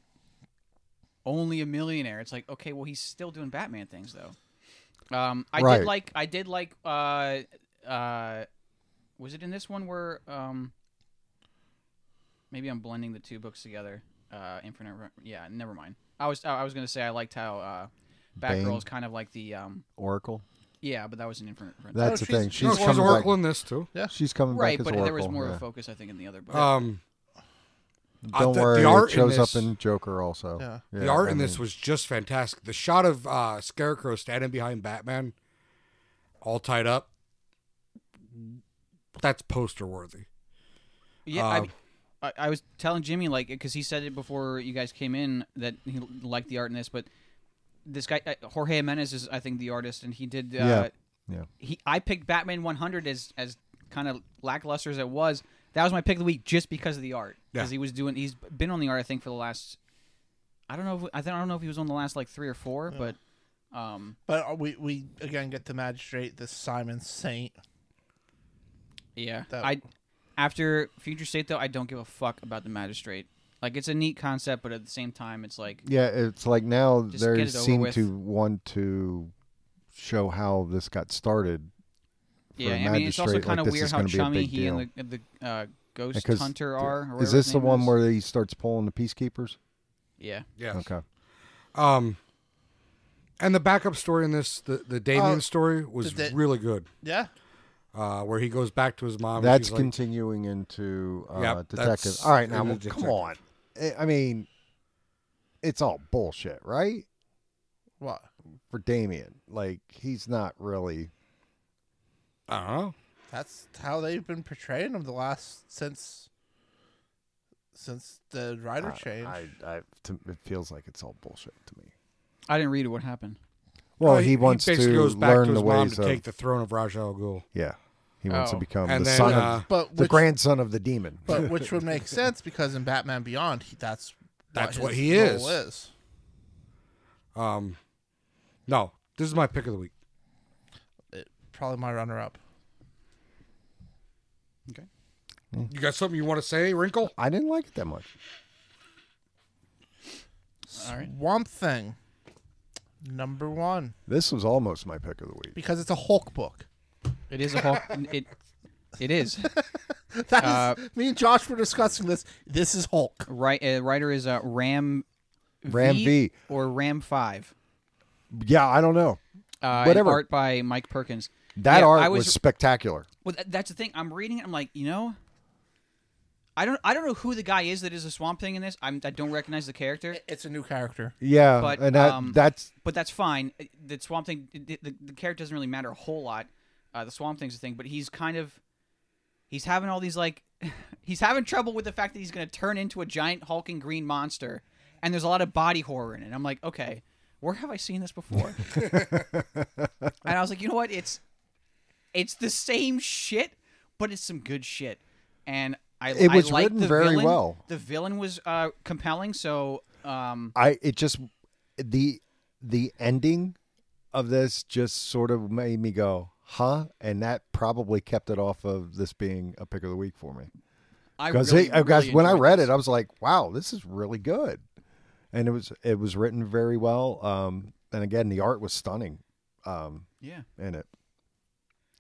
[SPEAKER 2] only a millionaire? It's like okay, well he's still doing Batman things though. Um, I
[SPEAKER 5] Right.
[SPEAKER 2] did like I did like uh uh was it in this one where um maybe I'm blending the two books together. Uh, Infinite. Ro- Yeah, never mind. I was I was gonna say I liked how uh,
[SPEAKER 5] Bane?
[SPEAKER 2] Batgirl's kind of like the um
[SPEAKER 5] Oracle.
[SPEAKER 2] yeah, but that was an Infinite. Frontier.
[SPEAKER 5] That's the
[SPEAKER 3] she's-
[SPEAKER 5] thing.
[SPEAKER 1] No,
[SPEAKER 5] She's
[SPEAKER 1] it was
[SPEAKER 5] coming
[SPEAKER 1] Oracle
[SPEAKER 5] back.
[SPEAKER 1] in this too.
[SPEAKER 5] She's coming
[SPEAKER 2] right,
[SPEAKER 5] back
[SPEAKER 2] but
[SPEAKER 5] as Oracle.
[SPEAKER 2] there was more of
[SPEAKER 5] yeah.
[SPEAKER 2] a focus I think in the other book.
[SPEAKER 1] Um, uh,
[SPEAKER 5] Don't
[SPEAKER 1] the- the
[SPEAKER 5] worry,
[SPEAKER 1] art
[SPEAKER 5] it
[SPEAKER 1] in
[SPEAKER 5] shows
[SPEAKER 1] this-
[SPEAKER 5] up in Joker also.
[SPEAKER 3] Yeah.
[SPEAKER 1] the art
[SPEAKER 5] I
[SPEAKER 1] in this
[SPEAKER 5] mean,
[SPEAKER 1] was just fantastic. The shot of uh, Scarecrow standing behind Batman, all tied up. That's poster worthy.
[SPEAKER 2] Yeah, I
[SPEAKER 5] Uh,
[SPEAKER 1] Um,
[SPEAKER 2] mean, I, I was telling Jimmy like because he said it before you guys came in that he liked the art in this, but this guy uh, Jorge Jimenez is I think the artist, and he did. Uh,
[SPEAKER 5] Yeah, yeah.
[SPEAKER 2] He I picked Batman 100 as as kind of lackluster as it was. That was my pick of the week just because of the art because
[SPEAKER 1] Yeah.
[SPEAKER 2] he was doing. He's been on the art I think for the last. I don't know. If, I think I don't know if he was on the last like three or four, but Um,
[SPEAKER 3] But uh, we we again get the magistrate, this Simon Saint.
[SPEAKER 2] yeah,
[SPEAKER 3] That-
[SPEAKER 2] I after Future State though, I don't give a fuck about the magistrate. Like it's a neat concept, but at the same time, it's like
[SPEAKER 5] Yeah, it's like now
[SPEAKER 2] Just
[SPEAKER 5] they
[SPEAKER 2] get it over
[SPEAKER 5] seem
[SPEAKER 2] with.
[SPEAKER 5] to want to show how this got started. for
[SPEAKER 2] yeah.
[SPEAKER 5] a
[SPEAKER 2] I mean, it's also
[SPEAKER 5] magistrate, like,
[SPEAKER 2] kind of
[SPEAKER 5] this
[SPEAKER 2] weird
[SPEAKER 5] is
[SPEAKER 2] how
[SPEAKER 5] gonna be a
[SPEAKER 2] chummy
[SPEAKER 5] big
[SPEAKER 2] he and the, the uh, ghost
[SPEAKER 5] Because
[SPEAKER 2] hunter are. Or
[SPEAKER 5] is
[SPEAKER 2] whatever his
[SPEAKER 5] this the
[SPEAKER 2] name
[SPEAKER 5] one
[SPEAKER 2] is.
[SPEAKER 5] where he starts pulling the peacekeepers?
[SPEAKER 2] Yeah,
[SPEAKER 1] Yes.
[SPEAKER 5] Okay.
[SPEAKER 1] Um, and the backup story in this, the the Damien
[SPEAKER 3] Oh,
[SPEAKER 1] story was
[SPEAKER 3] the da-
[SPEAKER 1] really good.
[SPEAKER 3] Yeah.
[SPEAKER 1] Uh, where he goes back to his mom. and
[SPEAKER 5] that's
[SPEAKER 1] she's like,
[SPEAKER 5] continuing into uh,
[SPEAKER 1] Yep,
[SPEAKER 5] detective.
[SPEAKER 1] that's
[SPEAKER 5] All right, now
[SPEAKER 1] in the
[SPEAKER 5] well, come
[SPEAKER 1] detective.
[SPEAKER 5] on. I- I mean, it's all bullshit, right?
[SPEAKER 3] What?
[SPEAKER 5] For Damien, like he's not really.
[SPEAKER 1] I don't know.
[SPEAKER 3] That's how they've been portraying him the last since since the writer change.
[SPEAKER 5] Uh, I, I, to, it feels like it's all bullshit to me.
[SPEAKER 2] I didn't read what happened.
[SPEAKER 5] Well,
[SPEAKER 1] Oh,
[SPEAKER 5] he, wants to
[SPEAKER 1] basically goes back
[SPEAKER 5] learn
[SPEAKER 1] to his
[SPEAKER 5] the
[SPEAKER 1] mom
[SPEAKER 5] ways
[SPEAKER 1] to
[SPEAKER 5] of
[SPEAKER 1] take the throne of Ra's al Ghul.
[SPEAKER 5] yeah. He wants to
[SPEAKER 2] Oh.
[SPEAKER 5] become
[SPEAKER 1] And
[SPEAKER 5] the
[SPEAKER 1] then,
[SPEAKER 5] son
[SPEAKER 1] uh,
[SPEAKER 5] of
[SPEAKER 3] but
[SPEAKER 5] the
[SPEAKER 3] which,
[SPEAKER 5] grandson of the demon.
[SPEAKER 3] but which would make sense because in Batman Beyond, he, that's
[SPEAKER 1] That's what
[SPEAKER 3] his
[SPEAKER 1] he is.
[SPEAKER 3] role is.
[SPEAKER 1] Um, no, this is my pick of the week.
[SPEAKER 3] It- probably my runner up.
[SPEAKER 1] You got something you want to say, Wrinkle?
[SPEAKER 5] I didn't like it that much.
[SPEAKER 2] All right.
[SPEAKER 3] Swamp Thing, number one,
[SPEAKER 5] This was almost my pick of the week.
[SPEAKER 3] because it's a Hulk book.
[SPEAKER 2] It is a Hulk. it it is
[SPEAKER 3] That is, me and Josh were discussing this. This is Hulk.
[SPEAKER 2] right. Uh, writer is uh, Ram
[SPEAKER 5] Ram V.
[SPEAKER 2] or Ram Five.
[SPEAKER 5] Yeah, I don't know.
[SPEAKER 2] Uh, and
[SPEAKER 5] Whatever.
[SPEAKER 2] art by Mike Perkins.
[SPEAKER 5] That
[SPEAKER 2] Yeah,
[SPEAKER 5] art
[SPEAKER 2] I
[SPEAKER 5] was, spectacular.
[SPEAKER 2] Well, th- that's the thing. I'm reading it. I'm like, you know, I don't, I don't know who the guy is that is a Swamp Thing in this. I'm, I don't recognize the character,
[SPEAKER 3] It's a new character.
[SPEAKER 5] Yeah,
[SPEAKER 2] But,
[SPEAKER 5] and that,
[SPEAKER 2] um,
[SPEAKER 5] that's
[SPEAKER 2] but that's fine. Uh, The Swamp Thing, the, the, the character doesn't really matter a whole lot. Uh, the Swamp Thing's the thing, but he's kind of, he's having all these like, he's having trouble with the fact that he's going to turn into a giant hulking green monster, and there's a lot of body horror in it. I'm like, okay, where have I seen this before? and I was like, you know what? It's it's the same shit, but it's some good shit. And I
[SPEAKER 5] It was
[SPEAKER 2] I liked
[SPEAKER 5] written
[SPEAKER 2] the
[SPEAKER 5] very
[SPEAKER 2] villain.
[SPEAKER 5] well.
[SPEAKER 2] The villain was uh, compelling, so um,
[SPEAKER 5] I it just the the ending of this just sort of made me go, huh? And that probably kept it off of this being a pick of the week for me.
[SPEAKER 2] I
[SPEAKER 5] Because
[SPEAKER 2] really, really
[SPEAKER 5] uh, when I
[SPEAKER 2] enjoyed
[SPEAKER 5] read
[SPEAKER 2] this.
[SPEAKER 5] it, I was like, wow, this is really good. And it was it was written very well. Um and again the art was stunning um
[SPEAKER 2] yeah,
[SPEAKER 5] in it.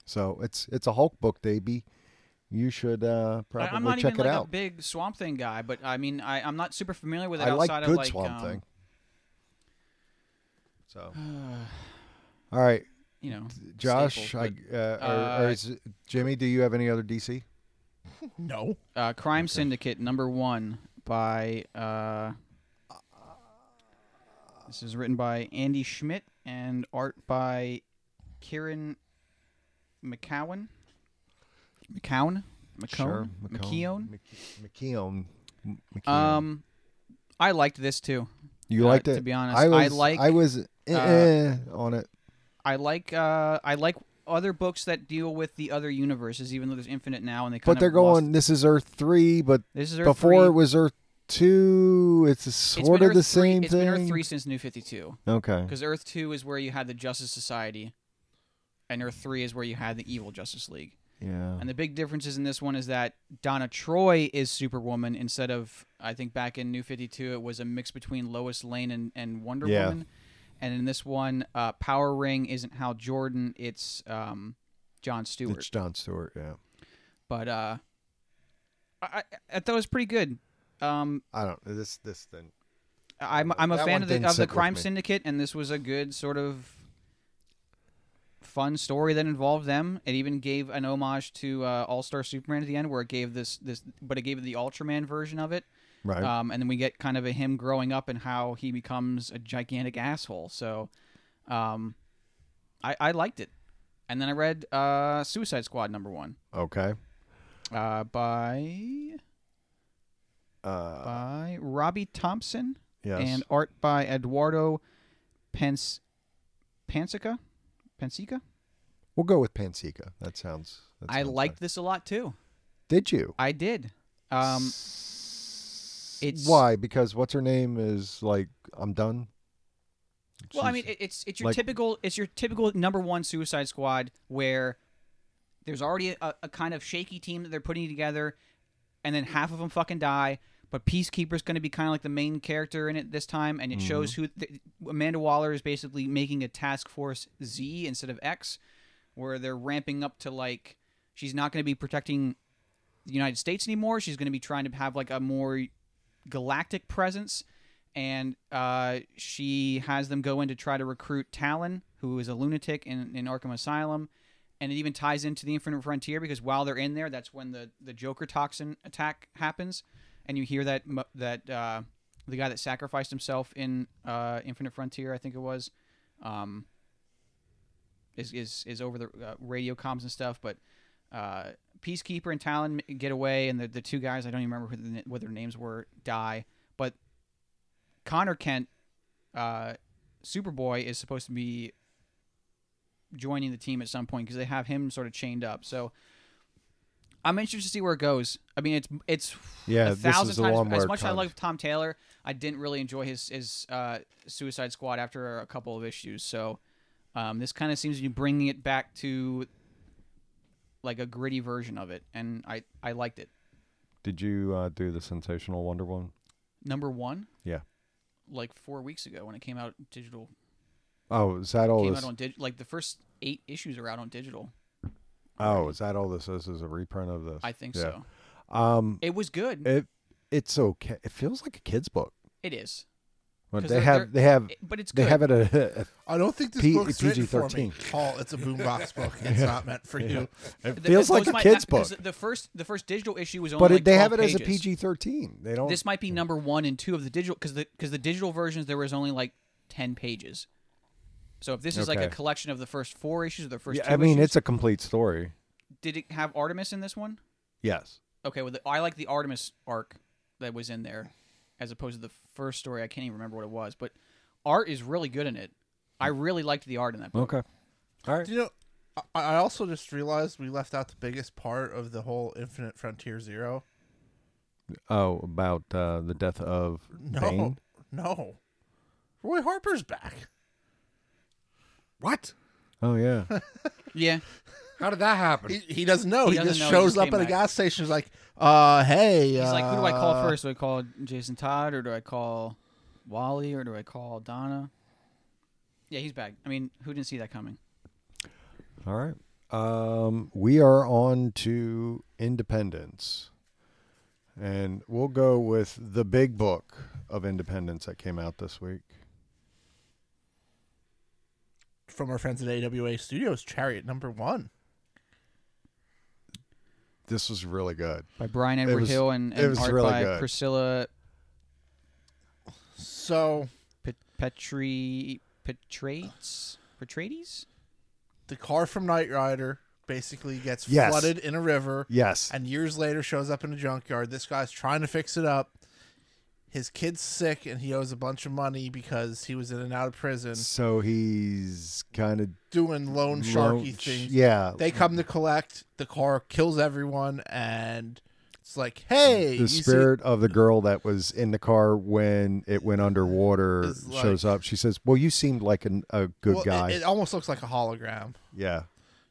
[SPEAKER 5] So it's it's a Hulk book, baby. You should uh
[SPEAKER 2] I-
[SPEAKER 5] probably
[SPEAKER 2] I'm not
[SPEAKER 5] check
[SPEAKER 2] even
[SPEAKER 5] it
[SPEAKER 2] like
[SPEAKER 5] out.
[SPEAKER 2] a big Swamp Thing guy, but I mean, I, I'm not super familiar with it
[SPEAKER 5] I like
[SPEAKER 2] outside
[SPEAKER 5] good
[SPEAKER 2] of like
[SPEAKER 5] Swamp
[SPEAKER 2] um,
[SPEAKER 5] Thing. So All right.
[SPEAKER 2] you know,
[SPEAKER 5] Josh,
[SPEAKER 2] staples,
[SPEAKER 5] I,
[SPEAKER 2] but,
[SPEAKER 5] uh, or, or
[SPEAKER 2] uh,
[SPEAKER 5] is it- Jimmy, do you have any other DC?
[SPEAKER 3] No.
[SPEAKER 2] uh, Crime Syndicate number one by uh, this is written by Andy Schmidt and art by Kieran McCowan. McCown, McCone, McKeown.
[SPEAKER 5] McKeown. McKeown.
[SPEAKER 2] Um, I liked this too.
[SPEAKER 5] you
[SPEAKER 2] uh,
[SPEAKER 5] liked it?
[SPEAKER 2] to be honest,
[SPEAKER 5] I, was,
[SPEAKER 2] I like, uh,
[SPEAKER 5] I was eh, eh, on it.
[SPEAKER 2] I like, uh, I like other books that deal with the other universes, even though there's infinite now, and they kind
[SPEAKER 5] But
[SPEAKER 2] of
[SPEAKER 5] they're
[SPEAKER 2] lost-
[SPEAKER 5] going. This is Earth three, but
[SPEAKER 2] This is Earth
[SPEAKER 5] before
[SPEAKER 2] three.
[SPEAKER 5] it was Earth two. It's
[SPEAKER 2] It's
[SPEAKER 5] sort
[SPEAKER 2] been
[SPEAKER 5] of the
[SPEAKER 2] Earth three-
[SPEAKER 5] same thing.
[SPEAKER 2] It's been Earth three since New Fifty Two,
[SPEAKER 5] Okay.
[SPEAKER 2] because Earth two is where you had the Justice Society, and Earth three is where you had the Evil Justice League.
[SPEAKER 5] Yeah.
[SPEAKER 2] And the big differences in this one is that Donna Troy is Superwoman instead of I think back in New Fifty Two it was a mix between Lois Lane and, and Wonder
[SPEAKER 5] Yeah.
[SPEAKER 2] Woman, and in this one, uh, Power Ring isn't Hal Jordan, it's um, John Stewart.
[SPEAKER 5] It's John Stewart. Yeah.
[SPEAKER 2] but uh, I, I I thought it was pretty good. Um,
[SPEAKER 5] I don't. This this
[SPEAKER 2] Uh,
[SPEAKER 5] thing.
[SPEAKER 2] I'm I'm a
[SPEAKER 5] That one
[SPEAKER 2] fan of the,
[SPEAKER 5] didn't
[SPEAKER 2] of the
[SPEAKER 5] sit with
[SPEAKER 2] Crime
[SPEAKER 5] me.
[SPEAKER 2] Syndicate, and this was a good sort of fun story that involved them. It even gave an homage to uh, All Star Superman at the end, where it gave this this, but it gave the Ultraman version of it.
[SPEAKER 5] Right.
[SPEAKER 2] Um, and then we get kind of a him growing up and how he becomes a gigantic asshole. So, um, I I liked it. And then I read uh, Suicide Squad number one
[SPEAKER 5] okay.
[SPEAKER 2] uh, by
[SPEAKER 5] Uh.
[SPEAKER 2] by Robbie Thompson.
[SPEAKER 5] Yes.
[SPEAKER 2] and art by Eduardo Pens Pansica. Pansica.
[SPEAKER 5] we'll go with Panseca. That sounds. That
[SPEAKER 2] I
[SPEAKER 5] sounds
[SPEAKER 2] liked
[SPEAKER 5] right.
[SPEAKER 2] this a lot too.
[SPEAKER 5] Did you?
[SPEAKER 2] I did. Um, it's
[SPEAKER 5] why because what's her name is like I'm done.
[SPEAKER 2] Well, I mean, it, it's it's your
[SPEAKER 5] like-
[SPEAKER 2] typical it's your typical number one Suicide Squad where there's already a, a kind of shaky team that they're putting together, and then half of them fucking die. But Peacekeeper's going to be kind of like the main character in it this time, and it shows who th- Amanda Waller is basically making a Task Force Z instead of X, where they're ramping up to like she's not going to be protecting the United States anymore. She's going to be trying to have like a more galactic presence, and uh, she has them go in to try to recruit Talon, who is a lunatic in, in Arkham Asylum, and it even ties into the Infinite Frontier because while they're in there, that's when the the Joker toxin attack happens, and you hear that mu- that uh, the guy that sacrificed himself in uh, Infinite Frontier, I think it was. Um, is, is, is over the uh, radio comms and stuff, but uh, Peacekeeper and Talon m- get away, and the, the two guys I don't even remember who the, what their names were die. But Connor Kent, uh, Superboy, is supposed to be joining the team at some point because they have him sort of chained up. So I'm interested to see where it goes. I mean, it's it's
[SPEAKER 5] Yeah,
[SPEAKER 2] a
[SPEAKER 5] this
[SPEAKER 2] thousand
[SPEAKER 5] is the
[SPEAKER 2] times
[SPEAKER 5] one where
[SPEAKER 2] as
[SPEAKER 5] it
[SPEAKER 2] much as I
[SPEAKER 5] comes.
[SPEAKER 2] love Tom Taylor. I didn't really enjoy his his uh, Suicide Squad after a couple of issues. So um, this kind of seems to be bringing it back to like a gritty version of it, and I I liked it.
[SPEAKER 6] Did you uh, do the Sensational Wonder Woman?
[SPEAKER 2] Number one,
[SPEAKER 6] Yeah.
[SPEAKER 2] like four weeks ago when it came out digital,
[SPEAKER 5] Oh, is that all
[SPEAKER 2] came
[SPEAKER 5] this?
[SPEAKER 2] out on digital. Like the first eight issues are out on digital.
[SPEAKER 6] Oh, is that all this is? Is a reprint of this?
[SPEAKER 2] I think
[SPEAKER 6] Yeah.
[SPEAKER 2] so.
[SPEAKER 5] um,
[SPEAKER 2] It was good.
[SPEAKER 5] it it's okay. It feels like a kid's book.
[SPEAKER 2] it is,
[SPEAKER 5] But
[SPEAKER 2] 'Cause
[SPEAKER 5] they
[SPEAKER 2] they're-
[SPEAKER 5] have
[SPEAKER 2] they're-
[SPEAKER 5] they have
[SPEAKER 2] It- but it's
[SPEAKER 5] they
[SPEAKER 2] good.
[SPEAKER 5] have it a, a
[SPEAKER 3] I don't think this
[SPEAKER 5] P-
[SPEAKER 3] book's written for me,
[SPEAKER 5] PG-13.
[SPEAKER 3] Paul. It's a boombox book. It's not meant for you.
[SPEAKER 5] it
[SPEAKER 2] The-
[SPEAKER 5] feels
[SPEAKER 2] those
[SPEAKER 5] like a
[SPEAKER 2] might
[SPEAKER 5] kid's
[SPEAKER 2] not- 'cause
[SPEAKER 5] book.
[SPEAKER 2] The first the first digital issue was only
[SPEAKER 5] But
[SPEAKER 2] like
[SPEAKER 5] it, they have it
[SPEAKER 2] 12
[SPEAKER 5] as a Oh.
[SPEAKER 2] pages.
[SPEAKER 5] PG thirteen. They don't.
[SPEAKER 2] This might be number one and two of the digital because the because the digital versions there was only like ten pages. So if this is like a
[SPEAKER 6] Okay.
[SPEAKER 2] collection of the first four issues or the first,
[SPEAKER 6] Yeah,
[SPEAKER 2] two
[SPEAKER 6] I mean,
[SPEAKER 2] issues,
[SPEAKER 6] it's a complete story.
[SPEAKER 2] did it have Artemis in this one?
[SPEAKER 6] Yes.
[SPEAKER 2] Okay, well, the, I like the Artemis arc that was in there, as opposed to the first story. I can't even remember what it was, but art is really good in it. I really liked the art in that book.
[SPEAKER 6] Okay. All right.
[SPEAKER 3] Do you know? I, I also just realized we left out the biggest part of the whole Infinite Frontier Zero.
[SPEAKER 6] Oh, about uh, the death of
[SPEAKER 3] No,
[SPEAKER 6] Bane.
[SPEAKER 3] no. Roy Harper's back.
[SPEAKER 1] What?
[SPEAKER 6] Oh yeah.
[SPEAKER 2] Yeah,
[SPEAKER 1] How did that happen?
[SPEAKER 3] He, he doesn't know.
[SPEAKER 2] He
[SPEAKER 3] He,
[SPEAKER 2] doesn't
[SPEAKER 3] just
[SPEAKER 2] know, he
[SPEAKER 3] shows
[SPEAKER 2] just
[SPEAKER 3] up
[SPEAKER 2] came
[SPEAKER 3] at a
[SPEAKER 2] back.
[SPEAKER 3] gas station. He's like, "Uh, hey."
[SPEAKER 2] he's
[SPEAKER 3] uh,
[SPEAKER 2] like, who do I call first? Do I call Jason Todd or do I call Wally or do I call Donna? Yeah, he's back. I mean, who didn't see that coming?
[SPEAKER 6] all right.
[SPEAKER 5] Um, we are on to Independence, and we'll go with the big book of Independence that came out this week.
[SPEAKER 3] From our friends at AWA Studios, Chariot number one.
[SPEAKER 5] This was really good.
[SPEAKER 2] By Brian Edward
[SPEAKER 5] was-
[SPEAKER 2] Hill and,
[SPEAKER 5] it
[SPEAKER 2] and
[SPEAKER 5] was
[SPEAKER 2] art
[SPEAKER 5] really
[SPEAKER 2] by
[SPEAKER 5] good.
[SPEAKER 2] Priscilla
[SPEAKER 3] So
[SPEAKER 2] Pet- Petri Petrates Petrates.
[SPEAKER 3] the car from Knight Rider basically gets
[SPEAKER 5] Yes.
[SPEAKER 3] flooded in a river.
[SPEAKER 5] Yes,
[SPEAKER 3] and years later shows up in a junkyard. This guy's trying to fix it up. His kid's sick and he owes a bunch of money because he was in and out of prison
[SPEAKER 5] so he's kind of
[SPEAKER 3] doing loan sharky things.
[SPEAKER 5] Yeah,
[SPEAKER 3] They come to collect. The car kills everyone and it's like, hey,
[SPEAKER 5] the
[SPEAKER 3] you see-
[SPEAKER 5] spirit of the girl that was in the car when it went underwater
[SPEAKER 3] Is like-
[SPEAKER 5] shows up. She says, "Well, you seemed like an, a good
[SPEAKER 3] Well, it-
[SPEAKER 5] guy."
[SPEAKER 3] It, almost looks like a hologram.
[SPEAKER 5] yeah,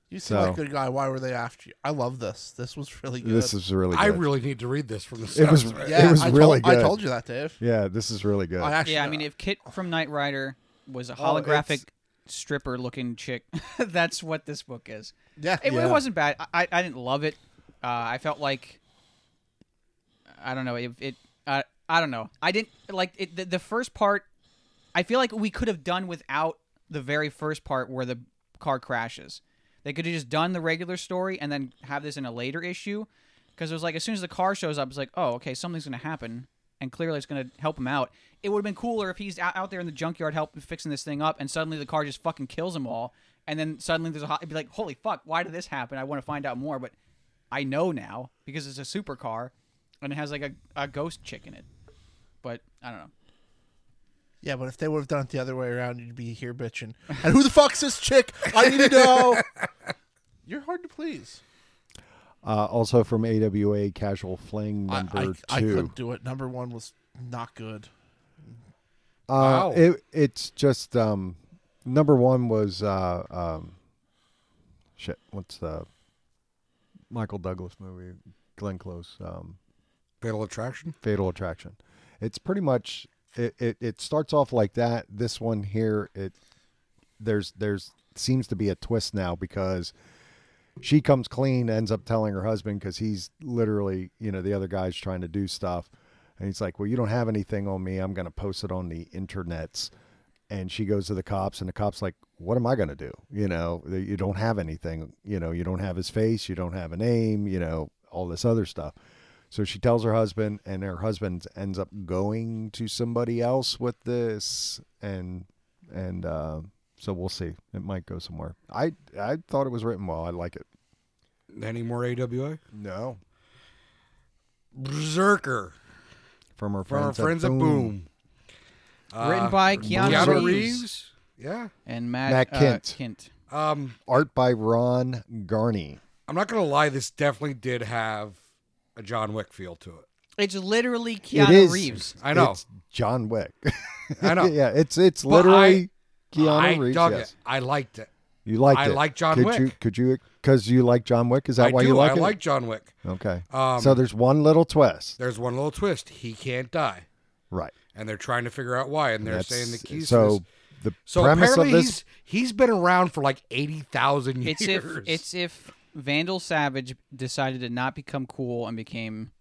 [SPEAKER 3] You seem like a
[SPEAKER 5] So-
[SPEAKER 3] good guy. Why were they after you? I love this. This was really good.
[SPEAKER 5] this is really. Good.
[SPEAKER 1] I really need to read this from the
[SPEAKER 5] It was.
[SPEAKER 1] sounds of
[SPEAKER 5] It was
[SPEAKER 3] I
[SPEAKER 5] really
[SPEAKER 3] told,
[SPEAKER 5] good.
[SPEAKER 3] I told you that, Dave.
[SPEAKER 5] Yeah, this is really good.
[SPEAKER 3] I actually,
[SPEAKER 2] Yeah, I mean, if Kit from Knight Rider was a
[SPEAKER 5] Oh,
[SPEAKER 2] holographic
[SPEAKER 5] it's-
[SPEAKER 2] stripper looking chick, that's what this book is.
[SPEAKER 3] yeah,
[SPEAKER 2] It, it
[SPEAKER 5] Yeah.
[SPEAKER 2] wasn't bad. I- I, I didn't love it. Uh, I felt like I don't know. It, it uh, I don't know. I didn't like it. The, the first part. I feel like we could have done without the very first part where the car crashes. They could have just done the regular story and then have this in a later issue, because it was like as soon as the car shows up, it's like, oh, okay, something's gonna happen, and clearly it's gonna help him out. It would have been cooler if he's out, out there in the junkyard helping fixing this thing up, and suddenly the car just fucking kills them all, and then suddenly there's a hot. It'd be like, holy fuck, why did this happen? I want to find out more, but I know now because it's a supercar, and it has like a, a ghost chick in it. But I don't know.
[SPEAKER 3] Yeah, but if they would have done it the other way around, you'd be here bitching. And who the fuck's this chick? I need to know. You're hard to please.
[SPEAKER 5] Uh, also from AWA Casual Fling
[SPEAKER 3] I-
[SPEAKER 5] number
[SPEAKER 3] I, I,
[SPEAKER 5] two.
[SPEAKER 3] couldn't do it. Number one was not good.
[SPEAKER 5] Uh,
[SPEAKER 1] Wow.
[SPEAKER 5] It it's just um, number one was uh, um, shit. What's the Michael Douglas movie? Glenn Close, um,
[SPEAKER 1] Fatal Attraction.
[SPEAKER 5] Fatal Attraction. It's pretty much it, it. It starts off like that. This one here, it there's there's seems to be a twist now because she comes clean, ends up telling her husband because he's literally, you know, the other guy's trying to do stuff. And he's like, Well, you don't have anything on me. I'm going to post it on the internets. And she goes to the cops, and the cops like, "What am I going to do? You know, that you don't have anything. You know, you don't have his face. You don't have a name. You know, all this other stuff." So she tells her husband, and her husband ends up going to somebody else with this, and and uh, so we'll see. It might go somewhere. I I thought it was written well. I like it.
[SPEAKER 1] Any more AWA?
[SPEAKER 5] No,
[SPEAKER 1] Berserker
[SPEAKER 5] from her
[SPEAKER 1] from
[SPEAKER 5] friends
[SPEAKER 1] our friends
[SPEAKER 5] at
[SPEAKER 1] at Boom.
[SPEAKER 2] Written
[SPEAKER 1] Uh,
[SPEAKER 2] by Keanu,
[SPEAKER 1] Keanu
[SPEAKER 2] Reeves.
[SPEAKER 1] Reeves. Yeah.
[SPEAKER 2] and Matt,
[SPEAKER 5] Matt
[SPEAKER 2] uh,
[SPEAKER 5] Kint.
[SPEAKER 2] Kint.
[SPEAKER 1] Um,
[SPEAKER 5] Art by Ron Garney.
[SPEAKER 1] I'm not gonna lie. This definitely did have a John Wick feel to it.
[SPEAKER 2] It's literally Keanu
[SPEAKER 5] is.
[SPEAKER 2] Reeves.
[SPEAKER 1] I know.
[SPEAKER 5] It's John Wick.
[SPEAKER 1] I know.
[SPEAKER 5] yeah, it's it's
[SPEAKER 1] But
[SPEAKER 5] literally Keanu
[SPEAKER 1] I
[SPEAKER 5] Reeves.
[SPEAKER 1] dug
[SPEAKER 5] yes.
[SPEAKER 1] it. I liked it.
[SPEAKER 5] You liked
[SPEAKER 1] I
[SPEAKER 5] it.
[SPEAKER 1] like John
[SPEAKER 5] could
[SPEAKER 1] Wick.
[SPEAKER 5] You, could you? Because you like John Wick? Is that
[SPEAKER 1] I
[SPEAKER 5] why
[SPEAKER 1] do.
[SPEAKER 5] you like
[SPEAKER 1] I
[SPEAKER 5] it?
[SPEAKER 1] like John Wick.
[SPEAKER 5] okay.
[SPEAKER 1] Um,
[SPEAKER 5] so there's one little twist,
[SPEAKER 1] There's one little twist. He can't die,
[SPEAKER 5] right?
[SPEAKER 1] and they're trying to figure out why. And they're
[SPEAKER 5] That's-
[SPEAKER 1] saying the keys. to
[SPEAKER 5] So
[SPEAKER 1] this-
[SPEAKER 5] the
[SPEAKER 1] so
[SPEAKER 5] premise
[SPEAKER 1] apparently
[SPEAKER 5] of this.
[SPEAKER 1] he's he's been around for like eighty thousand years.
[SPEAKER 2] It's if it's if Vandal Savage decided to not become cool and became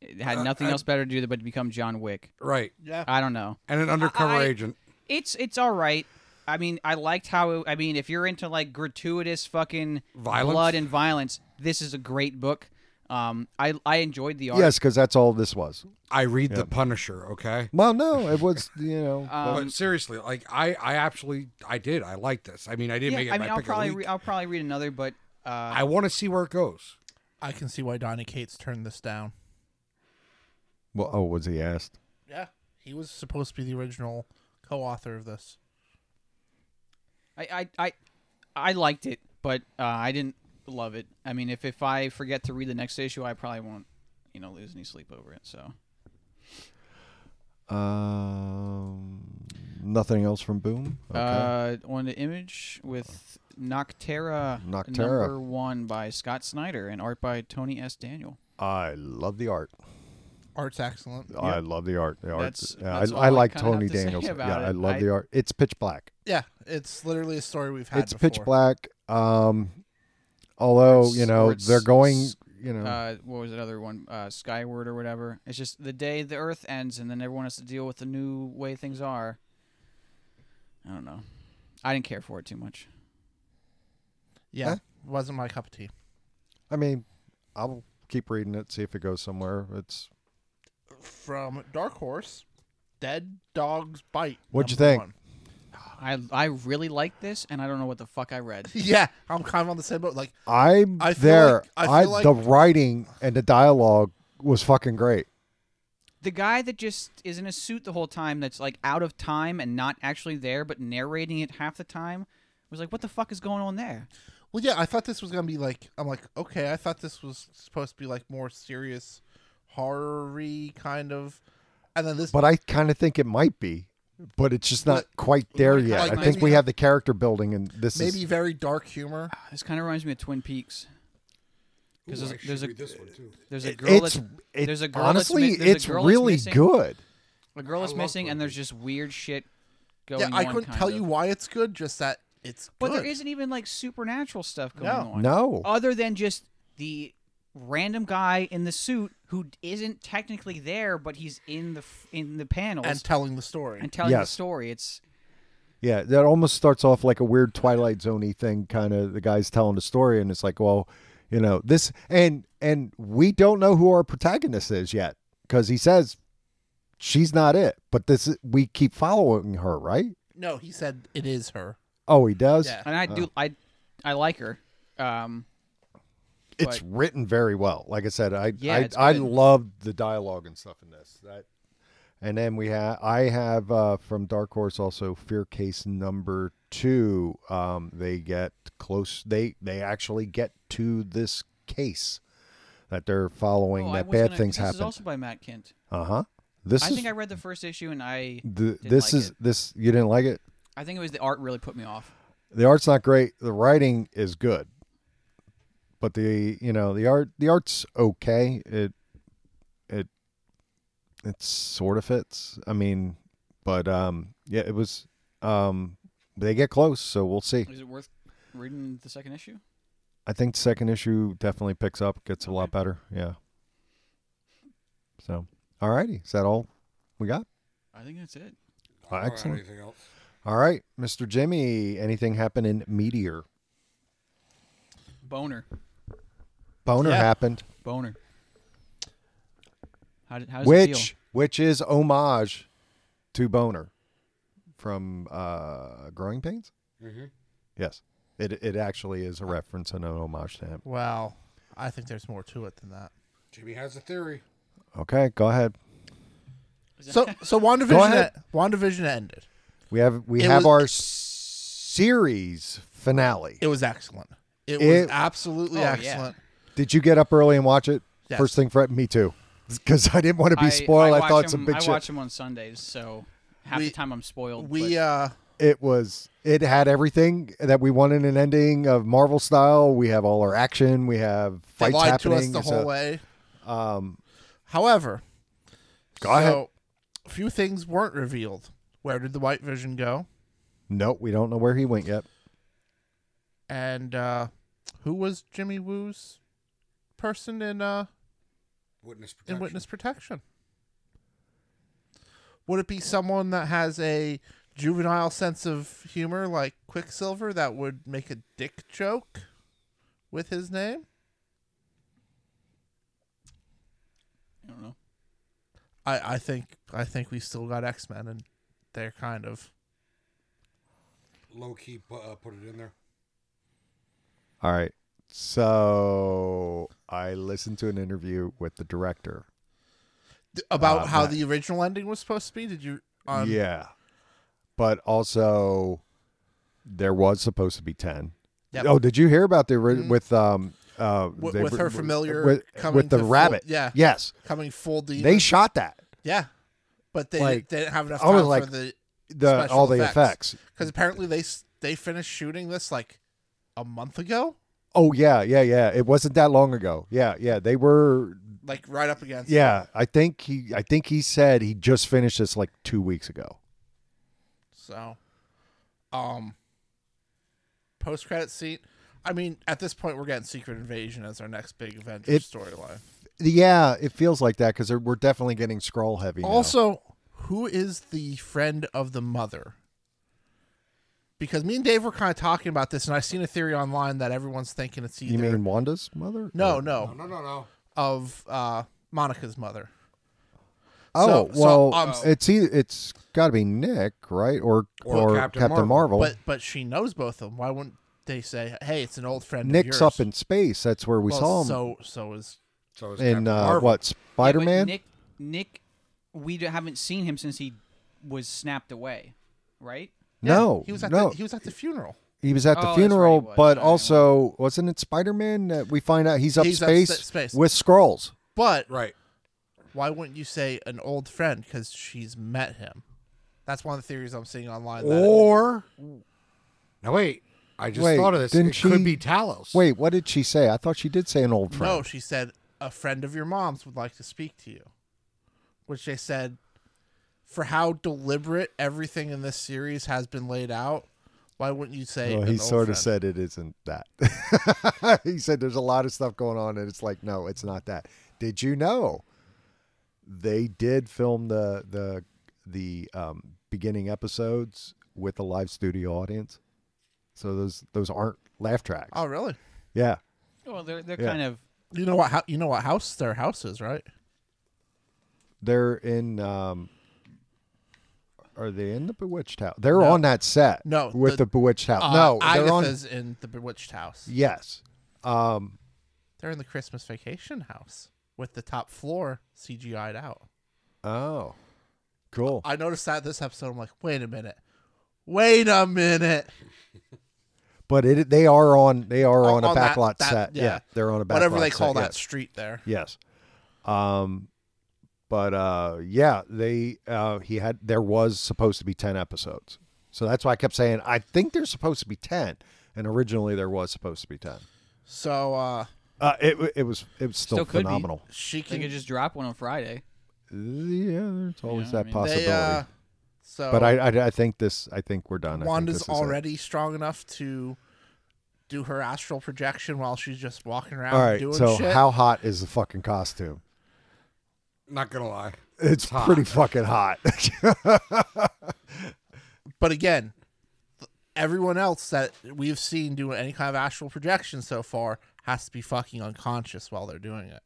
[SPEAKER 1] Uh,
[SPEAKER 2] had nothing else better to do but to become John Wick.
[SPEAKER 1] right
[SPEAKER 3] Yeah.
[SPEAKER 2] I don't know.
[SPEAKER 1] and an undercover
[SPEAKER 2] I-
[SPEAKER 1] agent.
[SPEAKER 2] It's it's all right. I mean, I liked how. It, I mean, if you're into like gratuitous fucking
[SPEAKER 1] Violence?
[SPEAKER 2] blood and violence, this is a great book. Um, I I enjoyed the art.
[SPEAKER 5] Yes, because that's all this was.
[SPEAKER 1] I read the Punisher. Okay.
[SPEAKER 5] Well, no, it was you know.
[SPEAKER 2] Um,
[SPEAKER 1] but seriously, like I, I actually, I did. I like this. I mean, I didn't
[SPEAKER 2] yeah,
[SPEAKER 1] make it my
[SPEAKER 2] I mean, I'll
[SPEAKER 1] pick
[SPEAKER 2] probably
[SPEAKER 1] of the
[SPEAKER 2] re-
[SPEAKER 1] week.
[SPEAKER 2] I'll probably read another, but uh,
[SPEAKER 1] I want to see where it goes.
[SPEAKER 3] I can see why Donny Cates turned this down.
[SPEAKER 5] well, oh, was he asked?
[SPEAKER 3] Yeah. He was supposed to be the original co author of this.
[SPEAKER 2] I, I, I, I liked it, but uh, I didn't love it. I mean, if if I forget to read the next issue, I probably won't, you know, lose any sleep over it. So
[SPEAKER 5] Um, nothing else from Boom. Okay.
[SPEAKER 2] uh, on the image with Noctera,
[SPEAKER 5] Noctera.
[SPEAKER 2] number one by Scott Snyder and art by Tony S. Daniel.
[SPEAKER 5] I love the art.
[SPEAKER 3] Art's excellent.
[SPEAKER 5] I love the art. The art.
[SPEAKER 2] That's-
[SPEAKER 5] yeah,
[SPEAKER 2] that's all
[SPEAKER 5] I, I
[SPEAKER 2] I
[SPEAKER 5] like
[SPEAKER 2] kinda have
[SPEAKER 5] Tony
[SPEAKER 2] to say
[SPEAKER 5] Daniels. Yeah,
[SPEAKER 2] about
[SPEAKER 5] I
[SPEAKER 2] it.
[SPEAKER 5] love
[SPEAKER 2] I-
[SPEAKER 5] the art. It's pitch black.
[SPEAKER 3] Yeah. It's literally a story we've had
[SPEAKER 5] it's
[SPEAKER 3] before.
[SPEAKER 5] pitch black. Um, although
[SPEAKER 2] Or it's-
[SPEAKER 5] you know
[SPEAKER 2] or it's-
[SPEAKER 5] they're going,
[SPEAKER 2] s-
[SPEAKER 5] you know,
[SPEAKER 2] Uh, what was that other one? Uh, Skyward or whatever. It's just the day the Earth ends, and then everyone has to deal with the new way things are. I don't know. I didn't care for it too much.
[SPEAKER 3] Yeah. Wasn't my cup of tea.
[SPEAKER 5] I mean, I'll keep reading it, see if it goes somewhere. It's
[SPEAKER 3] From Dark Horse, Dead Dogs Bite.
[SPEAKER 5] What'd you
[SPEAKER 3] number
[SPEAKER 5] think?
[SPEAKER 3] one.
[SPEAKER 2] I I really like this, and I don't know what the fuck I read.
[SPEAKER 3] Yeah. I'm kind of on the same boat. Like,
[SPEAKER 5] I'm
[SPEAKER 3] I feel
[SPEAKER 5] there.
[SPEAKER 3] like- I feel like-
[SPEAKER 5] the writing and the dialogue was fucking great.
[SPEAKER 2] The guy that just is in a suit the whole time, that's like out of time and not actually there, but narrating it half the time, was like, what the fuck is going on there?
[SPEAKER 3] Well, yeah, I thought this was gonna be like I'm like okay, I thought this was supposed to be like more serious, horror-y kind of, and then this.
[SPEAKER 5] But I kind of think it might be, but it's just not quite there
[SPEAKER 2] like,
[SPEAKER 5] yet.
[SPEAKER 2] like
[SPEAKER 5] I think
[SPEAKER 3] maybe-
[SPEAKER 5] we have the character building, and this
[SPEAKER 3] maybe
[SPEAKER 5] is
[SPEAKER 3] very dark humor.
[SPEAKER 2] This kind of reminds me of Twin Peaks. Because
[SPEAKER 1] Oh,
[SPEAKER 2] there's, there's a there's a girl
[SPEAKER 5] it's.
[SPEAKER 2] that's
[SPEAKER 5] it-
[SPEAKER 2] there's a girl that's
[SPEAKER 5] honestly,
[SPEAKER 2] mi- there's a
[SPEAKER 5] it's
[SPEAKER 2] girl that's
[SPEAKER 5] really
[SPEAKER 2] missing.
[SPEAKER 5] good.
[SPEAKER 2] a girl is
[SPEAKER 1] love
[SPEAKER 2] missing,
[SPEAKER 1] Twin
[SPEAKER 2] and there's just weird shit going
[SPEAKER 3] Yeah,
[SPEAKER 2] on.
[SPEAKER 3] I couldn't
[SPEAKER 2] kind
[SPEAKER 3] tell
[SPEAKER 2] of.
[SPEAKER 3] you why it's good, just that it's
[SPEAKER 2] But
[SPEAKER 3] good.
[SPEAKER 2] there isn't even like supernatural stuff going
[SPEAKER 3] No.
[SPEAKER 2] on.
[SPEAKER 5] No,
[SPEAKER 2] other than just the random guy in the suit who isn't technically there, but he's in the f- in the panels
[SPEAKER 3] and
[SPEAKER 2] and,
[SPEAKER 3] telling the story.
[SPEAKER 2] telling the
[SPEAKER 5] Yes.
[SPEAKER 2] story. It's
[SPEAKER 5] yeah, that almost starts off like a weird Twilight Zoney thing. Kind of the guy's telling the story, and it's like, well, you know, this, and and we don't know who our protagonist is yet because he says she's not it, but this is- we keep following her, right?
[SPEAKER 3] no, he said it is her.
[SPEAKER 5] Oh, he does.
[SPEAKER 3] Yeah,
[SPEAKER 2] and I do I I like her. Um,
[SPEAKER 5] it's
[SPEAKER 2] but-
[SPEAKER 5] written very well. Like I said, I
[SPEAKER 2] Yeah, it's
[SPEAKER 5] I, I
[SPEAKER 2] good.
[SPEAKER 5] loved the dialogue and stuff in this. That, and then we have I have uh, from Dark Horse also Fear Case number two. Um, they get close. They they actually get to this case that they're following.
[SPEAKER 2] oh, I
[SPEAKER 5] that
[SPEAKER 2] was
[SPEAKER 5] bad
[SPEAKER 2] gonna-
[SPEAKER 5] things
[SPEAKER 2] this
[SPEAKER 5] happen.
[SPEAKER 2] is also by Matt Kent.
[SPEAKER 5] Uh huh. This
[SPEAKER 2] I
[SPEAKER 5] is
[SPEAKER 2] think I read the first issue and I
[SPEAKER 5] th-
[SPEAKER 2] did
[SPEAKER 5] this
[SPEAKER 2] like
[SPEAKER 5] is
[SPEAKER 2] it.
[SPEAKER 5] this. You didn't like it.
[SPEAKER 2] I think it was the art really put me off.
[SPEAKER 5] The art's not great. The writing is good, but the you know the art the art's okay. It it it sort of fits. I mean, but um yeah, it was um they get close, so we'll see.
[SPEAKER 2] Is it worth reading the second issue?
[SPEAKER 5] I think the second issue definitely picks up, gets a lot better. Yeah. So, all righty, is that all we got?
[SPEAKER 2] I think that's it.
[SPEAKER 1] I don't have
[SPEAKER 5] Excellent.
[SPEAKER 1] anything else.
[SPEAKER 5] All right, Mr. Jimmy, anything happen in Meteor?
[SPEAKER 2] Boner.
[SPEAKER 5] Boner
[SPEAKER 3] Yeah.
[SPEAKER 5] happened,
[SPEAKER 2] Boner. How, did, how does it
[SPEAKER 5] which
[SPEAKER 2] feel?
[SPEAKER 5] which is homage to Boner from uh, Growing Pains.
[SPEAKER 3] Mm-hmm.
[SPEAKER 5] Yes, it it actually is a reference and an homage to him.
[SPEAKER 3] Wow. I think there's more to it than that.
[SPEAKER 1] Jimmy has a theory.
[SPEAKER 5] Okay, go ahead.
[SPEAKER 3] So so
[SPEAKER 5] Go
[SPEAKER 3] WandaVision e-,
[SPEAKER 5] ahead.
[SPEAKER 3] WandaVision ended.
[SPEAKER 5] We have we
[SPEAKER 3] It
[SPEAKER 5] have
[SPEAKER 3] was-
[SPEAKER 5] our s- series finale.
[SPEAKER 3] It was excellent. It,
[SPEAKER 5] It-
[SPEAKER 3] was absolutely
[SPEAKER 2] Oh, yeah.
[SPEAKER 3] excellent.
[SPEAKER 5] Did you get up early and watch it?
[SPEAKER 3] Yes.
[SPEAKER 5] First thing, Fred, me too. Because I didn't want to be
[SPEAKER 2] I-
[SPEAKER 5] spoiled. I,
[SPEAKER 2] watch
[SPEAKER 5] thought some
[SPEAKER 2] him-
[SPEAKER 5] big
[SPEAKER 2] I
[SPEAKER 5] shit.
[SPEAKER 2] watch them on Sundays, so half
[SPEAKER 3] We-
[SPEAKER 2] the time I'm spoiled.
[SPEAKER 3] We
[SPEAKER 2] but
[SPEAKER 3] uh
[SPEAKER 5] It was. It had everything that we wanted in an ending of Marvel style. We have all our action. We have
[SPEAKER 3] they
[SPEAKER 5] fights
[SPEAKER 3] lied to us
[SPEAKER 5] happening.
[SPEAKER 3] the
[SPEAKER 5] so-
[SPEAKER 3] whole way.
[SPEAKER 5] Um,
[SPEAKER 3] However,
[SPEAKER 5] Go ahead.
[SPEAKER 3] so a few things weren't revealed. Where did the White Vision go?
[SPEAKER 5] no, we don't know where he went yet.
[SPEAKER 3] And uh who was Jimmy Woo's person in uh
[SPEAKER 1] Witness protection.
[SPEAKER 3] in witness protection? Would it be someone that has a juvenile sense of humor like Quicksilver that would make a dick joke with his name?
[SPEAKER 2] I don't know.
[SPEAKER 3] I, I think I think we still got X Men and they're kind of
[SPEAKER 1] Low key pu- uh, put it in there.
[SPEAKER 5] All right. So I listened to an interview with the director.
[SPEAKER 3] Th- about
[SPEAKER 5] Uh,
[SPEAKER 3] how
[SPEAKER 5] that-
[SPEAKER 3] the original ending was supposed to be. Did you? um, On,
[SPEAKER 5] yeah. But also, there was supposed to be ten.
[SPEAKER 3] Yep.
[SPEAKER 5] Oh, did you hear about the ori- with um uh
[SPEAKER 3] With-
[SPEAKER 5] they
[SPEAKER 3] with
[SPEAKER 5] were-
[SPEAKER 3] her
[SPEAKER 5] were-
[SPEAKER 3] familiar
[SPEAKER 5] with,
[SPEAKER 3] coming
[SPEAKER 5] with the
[SPEAKER 3] to full-
[SPEAKER 5] rabbit?
[SPEAKER 3] yeah.
[SPEAKER 5] Yes,
[SPEAKER 3] coming full deep.
[SPEAKER 5] they shot that.
[SPEAKER 3] yeah, but they,
[SPEAKER 5] Like,
[SPEAKER 3] they didn't have enough
[SPEAKER 5] I was
[SPEAKER 3] time
[SPEAKER 5] like,
[SPEAKER 3] for the
[SPEAKER 5] The
[SPEAKER 3] Special
[SPEAKER 5] all the
[SPEAKER 3] effects.
[SPEAKER 5] effects.
[SPEAKER 3] because apparently they s- they finished shooting this like a month ago,
[SPEAKER 5] Oh yeah, yeah, yeah. It wasn't that long ago. Yeah, yeah. They were.
[SPEAKER 3] like right up against.
[SPEAKER 5] Yeah, I think he. I think he said he just finished this like two weeks ago.
[SPEAKER 3] So, um, post credit scene. I mean, at this point, we're getting Secret Invasion as our next big Avengers
[SPEAKER 5] It-
[SPEAKER 3] storyline.
[SPEAKER 5] Yeah, it feels like that because we're definitely getting scroll heavy. now.
[SPEAKER 3] Also, who is the friend of the mother? Because me and Dave were kind of talking about this, and I've seen a theory online that everyone's thinking it's either
[SPEAKER 5] you mean Wanda's mother?
[SPEAKER 3] no,
[SPEAKER 5] Or-
[SPEAKER 1] No,
[SPEAKER 3] no,
[SPEAKER 1] no, no, no.
[SPEAKER 3] of uh, Monica's mother.
[SPEAKER 5] Oh
[SPEAKER 3] So- so,
[SPEAKER 5] well,
[SPEAKER 3] um,
[SPEAKER 5] it's either, it's got to be Nick, right? Or
[SPEAKER 1] Or
[SPEAKER 5] or,
[SPEAKER 1] Captain
[SPEAKER 5] Captain,
[SPEAKER 1] Marvel.
[SPEAKER 3] But
[SPEAKER 5] Marvel.
[SPEAKER 3] but she knows both of them. Why wouldn't they say, "Hey, it's an old friend"?
[SPEAKER 5] Nick's
[SPEAKER 3] of yours.
[SPEAKER 5] up in space. That's where we
[SPEAKER 3] Well,
[SPEAKER 5] saw him
[SPEAKER 3] So so is
[SPEAKER 1] So it's
[SPEAKER 5] in
[SPEAKER 1] Captain
[SPEAKER 5] uh,
[SPEAKER 1] Marvel.
[SPEAKER 5] what Spider
[SPEAKER 2] Yeah, but
[SPEAKER 5] Man.
[SPEAKER 2] Nick, Nick, we d- haven't seen him since he was snapped away, right?
[SPEAKER 5] no,
[SPEAKER 3] he was at
[SPEAKER 5] no,
[SPEAKER 3] the, he was at the funeral.
[SPEAKER 5] He was at
[SPEAKER 2] Oh,
[SPEAKER 5] the
[SPEAKER 2] that's right, he
[SPEAKER 5] funeral,
[SPEAKER 2] was.
[SPEAKER 5] but
[SPEAKER 2] I remember.
[SPEAKER 5] also wasn't it Spider Man that we find out he's up
[SPEAKER 3] He's up
[SPEAKER 5] space,
[SPEAKER 3] s- space.
[SPEAKER 5] with scrolls?
[SPEAKER 3] But
[SPEAKER 1] Right.
[SPEAKER 3] why wouldn't you say an old friend because she's met him? That's one of the theories I'm seeing online. That
[SPEAKER 1] Or. Now, wait. I just
[SPEAKER 5] Wait,
[SPEAKER 1] thought of this.
[SPEAKER 5] didn't
[SPEAKER 1] it could
[SPEAKER 5] she-
[SPEAKER 1] be Talos.
[SPEAKER 5] Wait, what did she say? I thought she did say an old friend.
[SPEAKER 3] No, she said a friend of your mom's would like to speak to you, which they said for how deliberate everything in this series has been laid out. Why wouldn't you say?
[SPEAKER 5] Well,
[SPEAKER 3] an
[SPEAKER 5] he
[SPEAKER 3] old
[SPEAKER 5] sort of
[SPEAKER 3] friend?
[SPEAKER 5] said it isn't that. he said there's a lot of stuff going on, and it's like, no, it's not that. Did you know they did film the the the um, beginning episodes with a live studio audience? So those those aren't laugh tracks.
[SPEAKER 3] "Oh, really?
[SPEAKER 5] Yeah,
[SPEAKER 2] Well, they're they're
[SPEAKER 5] Yeah.
[SPEAKER 2] kind of
[SPEAKER 3] You know what? How, you know what house their house is, right?
[SPEAKER 5] they're in. Um, are they in the Bewitched House? They're
[SPEAKER 3] No.
[SPEAKER 5] on that set.
[SPEAKER 3] No,
[SPEAKER 5] with
[SPEAKER 3] the-
[SPEAKER 5] the, Bewitched House.
[SPEAKER 3] Uh,
[SPEAKER 5] no, they're on.
[SPEAKER 3] Agatha's in the Bewitched house.
[SPEAKER 5] Yes. Um,
[SPEAKER 3] They're in the Christmas vacation house with the top floor CGI'd out.
[SPEAKER 5] Oh, cool.
[SPEAKER 3] I noticed that this episode. I'm like, wait a minute, wait a minute.
[SPEAKER 5] But it, they are on they are on, a
[SPEAKER 3] that-
[SPEAKER 5] backlot
[SPEAKER 3] that-
[SPEAKER 5] set. Yeah. they're on a backlot
[SPEAKER 3] whatever they call
[SPEAKER 5] set,
[SPEAKER 3] that street there.
[SPEAKER 5] Yes. yes. Um, But uh, yeah, they uh, he had there was supposed to be ten episodes, so that's why I kept saying I think there's supposed to be ten, and originally there was supposed to be ten.
[SPEAKER 3] So uh,
[SPEAKER 5] Uh, it wa- it was it was still,
[SPEAKER 2] Still could be.
[SPEAKER 5] phenomenal.
[SPEAKER 3] she
[SPEAKER 2] They
[SPEAKER 3] can
[SPEAKER 2] could just drop one on Friday.
[SPEAKER 5] Yeah, there's always
[SPEAKER 2] I
[SPEAKER 5] that
[SPEAKER 2] mean, they,
[SPEAKER 5] possibility.
[SPEAKER 3] They, uh, so
[SPEAKER 5] but I, I I think this I think we're done. I think this
[SPEAKER 3] Wanda's
[SPEAKER 5] is it.
[SPEAKER 3] already strong enough to do her astral projection while she's just walking around
[SPEAKER 5] all right.
[SPEAKER 3] doing
[SPEAKER 5] So
[SPEAKER 3] shit.
[SPEAKER 5] how hot is the fucking costume?
[SPEAKER 1] Not gonna lie.
[SPEAKER 5] It's,
[SPEAKER 1] hot.
[SPEAKER 5] pretty fucking hot.
[SPEAKER 3] but again, th- everyone else that we've seen doing any kind of astral projection so far has to be fucking unconscious while they're doing it.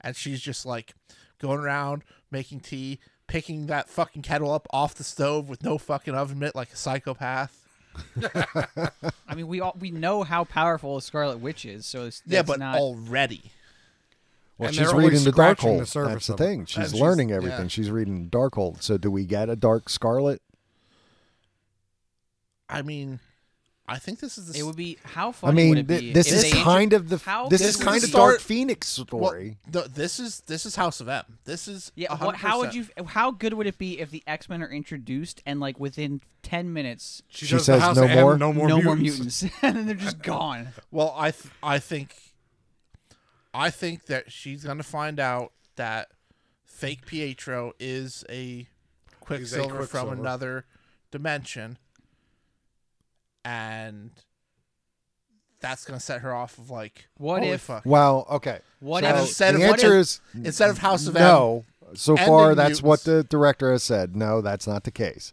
[SPEAKER 3] And she's just like going around making tea, picking that fucking kettle up off the stove with no fucking oven mitt like a psychopath.
[SPEAKER 2] I mean, we all we know how powerful the Scarlet Witch is, so it's,
[SPEAKER 3] yeah,
[SPEAKER 2] that's
[SPEAKER 3] but
[SPEAKER 2] not,
[SPEAKER 3] already.
[SPEAKER 5] Well,
[SPEAKER 1] And
[SPEAKER 5] she's
[SPEAKER 1] they're only
[SPEAKER 5] reading the dark
[SPEAKER 1] scratching
[SPEAKER 5] hole.
[SPEAKER 1] the surface
[SPEAKER 5] That's the
[SPEAKER 1] of it.
[SPEAKER 5] thing. She's
[SPEAKER 3] she's-
[SPEAKER 5] learning everything.
[SPEAKER 3] yeah.
[SPEAKER 5] She's reading dark hole. So do we get a dark scarlet?
[SPEAKER 3] I mean, I think this is the
[SPEAKER 2] it would be how
[SPEAKER 5] I
[SPEAKER 2] funny would
[SPEAKER 5] mean,
[SPEAKER 2] it be
[SPEAKER 5] thi-
[SPEAKER 2] if
[SPEAKER 5] this is
[SPEAKER 2] they intro-
[SPEAKER 5] kind of the
[SPEAKER 2] how
[SPEAKER 5] this
[SPEAKER 2] could
[SPEAKER 5] is
[SPEAKER 2] we
[SPEAKER 5] kind of
[SPEAKER 3] start-
[SPEAKER 5] Dark Phoenix
[SPEAKER 3] Well,
[SPEAKER 5] story.
[SPEAKER 3] th- this is this is House of M. This is
[SPEAKER 2] Yeah,
[SPEAKER 3] 100%.
[SPEAKER 2] what, how would you? How good would it be if the X Men are introduced and like within ten minutes,
[SPEAKER 1] She,
[SPEAKER 5] She
[SPEAKER 1] does
[SPEAKER 5] says
[SPEAKER 1] the house
[SPEAKER 5] no
[SPEAKER 1] and
[SPEAKER 5] more?
[SPEAKER 1] no more.
[SPEAKER 2] no
[SPEAKER 1] mutants.
[SPEAKER 2] more mutants, and then they're just gone.
[SPEAKER 3] Well, I th- I think I think that she's gonna find out that fake Pietro is a Quicksilver,
[SPEAKER 1] Quicksilver.
[SPEAKER 3] from another dimension, and that's gonna set her off of like
[SPEAKER 2] What
[SPEAKER 3] holy
[SPEAKER 2] if-
[SPEAKER 3] fuck.
[SPEAKER 5] Wow. Okay.
[SPEAKER 2] What
[SPEAKER 5] So
[SPEAKER 2] if-
[SPEAKER 3] And instead
[SPEAKER 5] the
[SPEAKER 3] of- what
[SPEAKER 5] answer
[SPEAKER 3] if-
[SPEAKER 5] is
[SPEAKER 3] instead of House of M,
[SPEAKER 5] no. So
[SPEAKER 3] and
[SPEAKER 5] far,
[SPEAKER 3] the
[SPEAKER 5] that's what
[SPEAKER 3] mutants.
[SPEAKER 5] the director has said. No, that's not the case.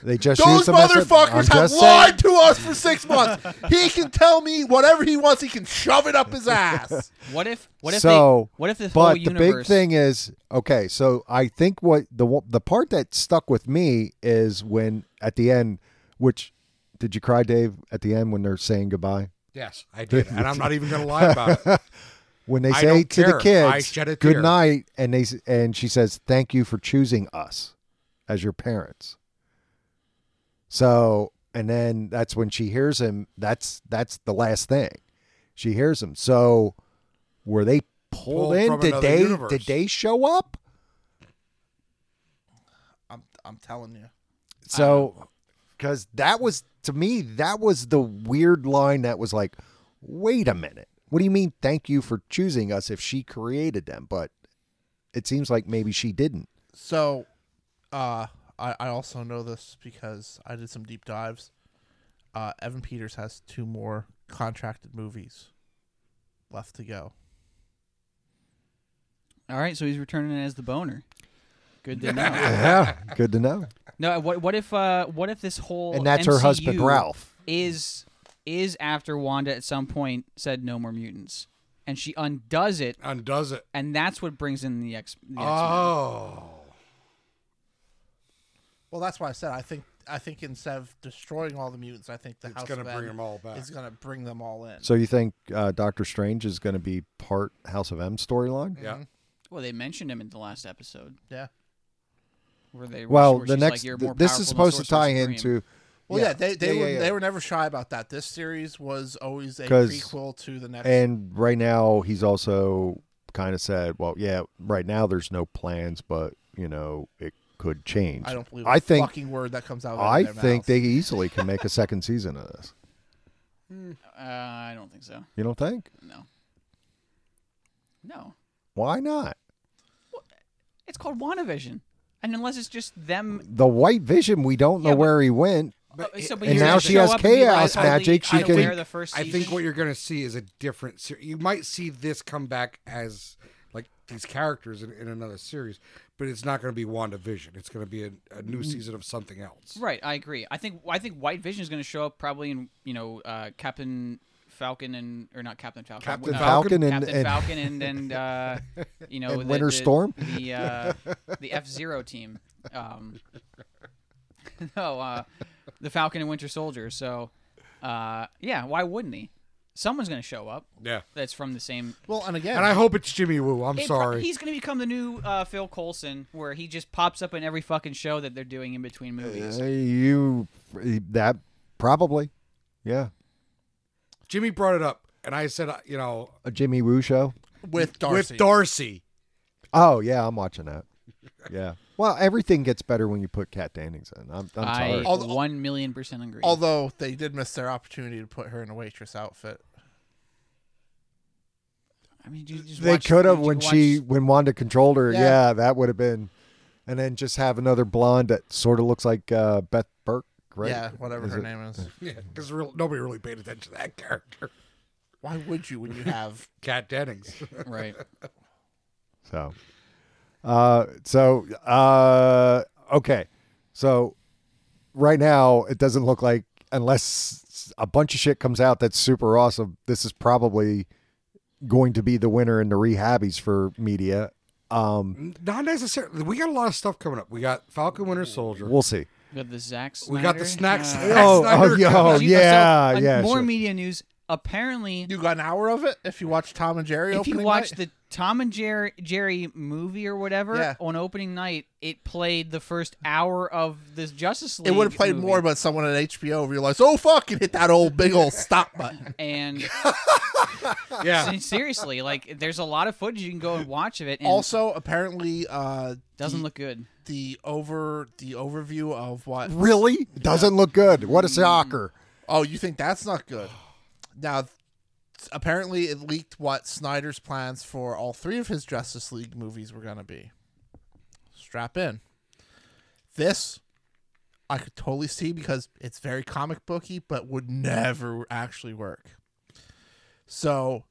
[SPEAKER 5] They just
[SPEAKER 3] those
[SPEAKER 5] used them as a- I'm
[SPEAKER 3] motherfuckers have
[SPEAKER 5] just saying-
[SPEAKER 3] lied to us for six months. he can tell me whatever he wants. He can shove it up his ass.
[SPEAKER 2] What if? What if?
[SPEAKER 5] so,
[SPEAKER 2] they, what if this
[SPEAKER 5] but
[SPEAKER 2] whole
[SPEAKER 5] the
[SPEAKER 2] universe?
[SPEAKER 5] big thing is okay. So I think what the wo- the part that stuck with me is when at the end, which did you cry, Dave? At the end when they're saying goodbye,
[SPEAKER 1] Yes, I did, and I'm not even gonna lie about it.
[SPEAKER 5] when they
[SPEAKER 1] I
[SPEAKER 5] say
[SPEAKER 1] don't
[SPEAKER 5] to the
[SPEAKER 1] care. I
[SPEAKER 5] kids,
[SPEAKER 1] shed a
[SPEAKER 5] "Good
[SPEAKER 1] tear."
[SPEAKER 5] night," and they s- and she says, "Thank you for choosing us as your parents." So, and then that's when she hears him. That's that's the last thing she hears him. So, were they pulled,
[SPEAKER 1] Pulled
[SPEAKER 5] in?
[SPEAKER 1] from
[SPEAKER 5] Did
[SPEAKER 1] another
[SPEAKER 5] they
[SPEAKER 1] universe.
[SPEAKER 5] did they show up?
[SPEAKER 3] I'm I'm telling you.
[SPEAKER 5] So, because that was to me, that was the weird line that was like, wait a minute. What do you mean, thank you for choosing us if she created them? But it seems like maybe she didn't.
[SPEAKER 3] So, uh, I, I also know this because I did some deep dives. Uh, Evan Peters has two more contracted movies left to go.
[SPEAKER 2] all right, so he's returning as the boner. Good to know.
[SPEAKER 5] Yeah. Good to know.
[SPEAKER 2] no, what? What if? Uh, what if this whole
[SPEAKER 5] And that's her husband,
[SPEAKER 2] MCU
[SPEAKER 5] Ralph.
[SPEAKER 2] is is after Wanda at some point said no more mutants, and she undoes it,
[SPEAKER 1] Undoes it.
[SPEAKER 2] and that's what brings in the X. The X-Men.
[SPEAKER 1] Oh,
[SPEAKER 3] Well, that's why I said I think I think instead of destroying all the mutants, I think the
[SPEAKER 1] It's
[SPEAKER 3] House
[SPEAKER 1] gonna
[SPEAKER 3] of
[SPEAKER 1] bring
[SPEAKER 3] M
[SPEAKER 1] 'em all back.
[SPEAKER 3] Is gonna bring them all in.
[SPEAKER 5] So you think uh, Doctor Strange is going to be part House of M storyline?
[SPEAKER 1] yeah.
[SPEAKER 2] Mm-hmm. well, they mentioned him in the last episode.
[SPEAKER 3] yeah.
[SPEAKER 2] Where they where
[SPEAKER 5] Well,
[SPEAKER 2] she- where
[SPEAKER 5] the
[SPEAKER 2] she's like,
[SPEAKER 5] next,
[SPEAKER 2] "You're more
[SPEAKER 5] this is
[SPEAKER 2] powerful than
[SPEAKER 5] supposed to
[SPEAKER 2] Sorcerer
[SPEAKER 5] tie
[SPEAKER 2] Supreme."
[SPEAKER 5] into.
[SPEAKER 3] Well, yeah, they they
[SPEAKER 5] Yeah,
[SPEAKER 3] were
[SPEAKER 5] yeah, yeah.
[SPEAKER 3] they were never shy about that. This series was always a
[SPEAKER 5] 'Cause-
[SPEAKER 3] prequel to the next.
[SPEAKER 5] And right now, he's also kind of said, "Well, yeah, right now there's no plans, but you know it could change."
[SPEAKER 3] I don't believe a
[SPEAKER 5] I think
[SPEAKER 3] fucking word that comes out. Of
[SPEAKER 5] I
[SPEAKER 3] their
[SPEAKER 5] think
[SPEAKER 3] mouth.
[SPEAKER 5] they easily can make a second season of this.
[SPEAKER 2] Uh, I don't think so.
[SPEAKER 5] You don't think?
[SPEAKER 2] No. No.
[SPEAKER 5] Why not?
[SPEAKER 2] It's called WandaVision. And unless it's just them.
[SPEAKER 5] The White Vision, we don't know
[SPEAKER 2] Yeah, but-
[SPEAKER 5] where he went.
[SPEAKER 1] But
[SPEAKER 2] Oh, so- but
[SPEAKER 5] and
[SPEAKER 2] you're
[SPEAKER 5] now
[SPEAKER 2] gonna
[SPEAKER 5] she
[SPEAKER 2] show
[SPEAKER 5] has
[SPEAKER 2] up and be
[SPEAKER 5] chaos
[SPEAKER 2] like, I'll
[SPEAKER 5] magic,
[SPEAKER 2] leave-
[SPEAKER 5] she
[SPEAKER 2] I don't
[SPEAKER 5] can-
[SPEAKER 2] care the first
[SPEAKER 1] I think
[SPEAKER 2] season.
[SPEAKER 1] what you're gonna see is a different. Ser- you might see this come back as like these characters in, in another series, but it's not gonna be WandaVision. It's gonna be a, a new season of something else.
[SPEAKER 2] Mm. Right, I agree. I think I think White Vision is going to show up probably in you know uh, Captain Falcon and or not Captain Falcon.
[SPEAKER 1] Captain
[SPEAKER 2] no,
[SPEAKER 5] Falcon and-
[SPEAKER 2] Captain
[SPEAKER 5] and-
[SPEAKER 2] Falcon and and uh, you know
[SPEAKER 5] And
[SPEAKER 2] the,
[SPEAKER 5] Winter
[SPEAKER 2] the-
[SPEAKER 5] Storm?
[SPEAKER 2] the uh, the F Zero team. Um, no, uh, the Falcon and Winter Soldier. So uh, yeah, why wouldn't he? Someone's going to show up
[SPEAKER 1] Yeah.
[SPEAKER 2] that's from the same
[SPEAKER 3] Well, and again,
[SPEAKER 1] And I hope it's Jimmy Woo. I'm
[SPEAKER 2] It pro-
[SPEAKER 1] sorry.
[SPEAKER 2] he's going to become the new uh, Phil Coulson, where he just pops up in every fucking show that they're doing in between movies.
[SPEAKER 5] Uh, you eh, that probably, yeah,
[SPEAKER 1] Jimmy brought it up, and I said, uh, you know,
[SPEAKER 5] a Jimmy Woo show.
[SPEAKER 3] with Darcy,
[SPEAKER 1] with Darcy,
[SPEAKER 5] Oh yeah, I'm watching that.
[SPEAKER 6] Yeah.
[SPEAKER 5] Well, everything gets better when you put Kat Dennings in. I'm, I'm
[SPEAKER 2] I
[SPEAKER 5] sorry.
[SPEAKER 3] Although-
[SPEAKER 2] one million percent agree.
[SPEAKER 3] Although they did miss their opportunity to put her in a waitress outfit.
[SPEAKER 2] I mean, you just
[SPEAKER 5] they
[SPEAKER 2] watch-
[SPEAKER 5] could have
[SPEAKER 2] you
[SPEAKER 5] when
[SPEAKER 2] watch-
[SPEAKER 5] she when Wanda controlled her. Yeah,
[SPEAKER 3] Yeah.
[SPEAKER 5] that would have been. And then just have another blonde that sort of looks like uh, Beth Burke, right?
[SPEAKER 3] Yeah, whatever
[SPEAKER 5] Is
[SPEAKER 3] her
[SPEAKER 5] it-
[SPEAKER 3] name is.
[SPEAKER 1] Yeah, because real, nobody really paid attention to that character.
[SPEAKER 3] Why would you when you have
[SPEAKER 1] Kat Dennings.
[SPEAKER 2] right.
[SPEAKER 5] So, uh, so uh, okay, so right now it doesn't look like unless a bunch of shit comes out that's super awesome, this is probably going to be the winner in the rehabbies for media. Um,
[SPEAKER 1] Not necessarily. We got a lot of stuff coming up. We got Falcon Winter Soldier.
[SPEAKER 5] we'll see.
[SPEAKER 2] We got the Zack Snyder.
[SPEAKER 1] we got the snack.
[SPEAKER 2] Uh,
[SPEAKER 1] Zack
[SPEAKER 5] Oh,
[SPEAKER 1] Snyder
[SPEAKER 5] oh, yo,
[SPEAKER 1] coming.
[SPEAKER 5] Oh,
[SPEAKER 2] so,
[SPEAKER 5] yeah,
[SPEAKER 2] uh,
[SPEAKER 5] yeah,
[SPEAKER 2] More
[SPEAKER 5] sure.
[SPEAKER 2] media news. Apparently,
[SPEAKER 3] you got an hour of it if you watch Tom and Jerry
[SPEAKER 2] if you
[SPEAKER 3] opening
[SPEAKER 2] watch
[SPEAKER 3] night?
[SPEAKER 2] the Tom and Jerry, Jerry movie or whatever
[SPEAKER 3] Yeah.
[SPEAKER 2] on opening night, it played the first hour of this Justice League.
[SPEAKER 3] it would have played
[SPEAKER 2] movie.
[SPEAKER 3] more, but someone at HBO realized, oh fuck, and hit that old big old stop button.
[SPEAKER 2] and
[SPEAKER 1] Yeah.
[SPEAKER 2] se- seriously, like there's a lot of footage you can go and watch of it. And
[SPEAKER 3] also, apparently, uh,
[SPEAKER 2] doesn't
[SPEAKER 3] the,
[SPEAKER 2] look good.
[SPEAKER 3] the over the overview of what?
[SPEAKER 5] Really doesn't look good. What a shocker!
[SPEAKER 3] Oh, you think that's not good? Now, th- apparently, it leaked what Snyder's plans for all three of his Justice League movies were gonna be. Strap in. This, I could totally see because it's very comic booky, but would never actually work. So,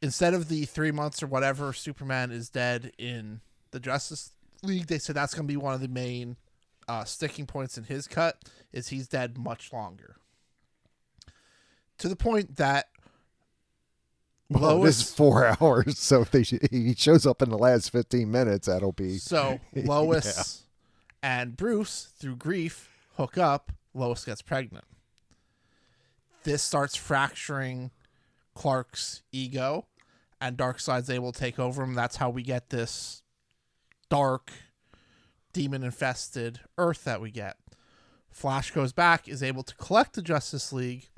[SPEAKER 3] instead of the three months or whatever Superman is dead in the Justice League, they said that's gonna be one of the main uh, sticking points in his cut is he's dead much longer. To the point that
[SPEAKER 5] Well, this is
[SPEAKER 3] Lois,
[SPEAKER 5] four hours, so if they sh- he shows up in the last fifteen minutes, that'll be
[SPEAKER 3] so Lois and Bruce through grief hook up. Lois gets pregnant. This starts fracturing Clark's ego, and Darkseid's able to take over him. That's how we get this dark, demon infested Earth that we get. Flash goes back, is able to collect the Justice League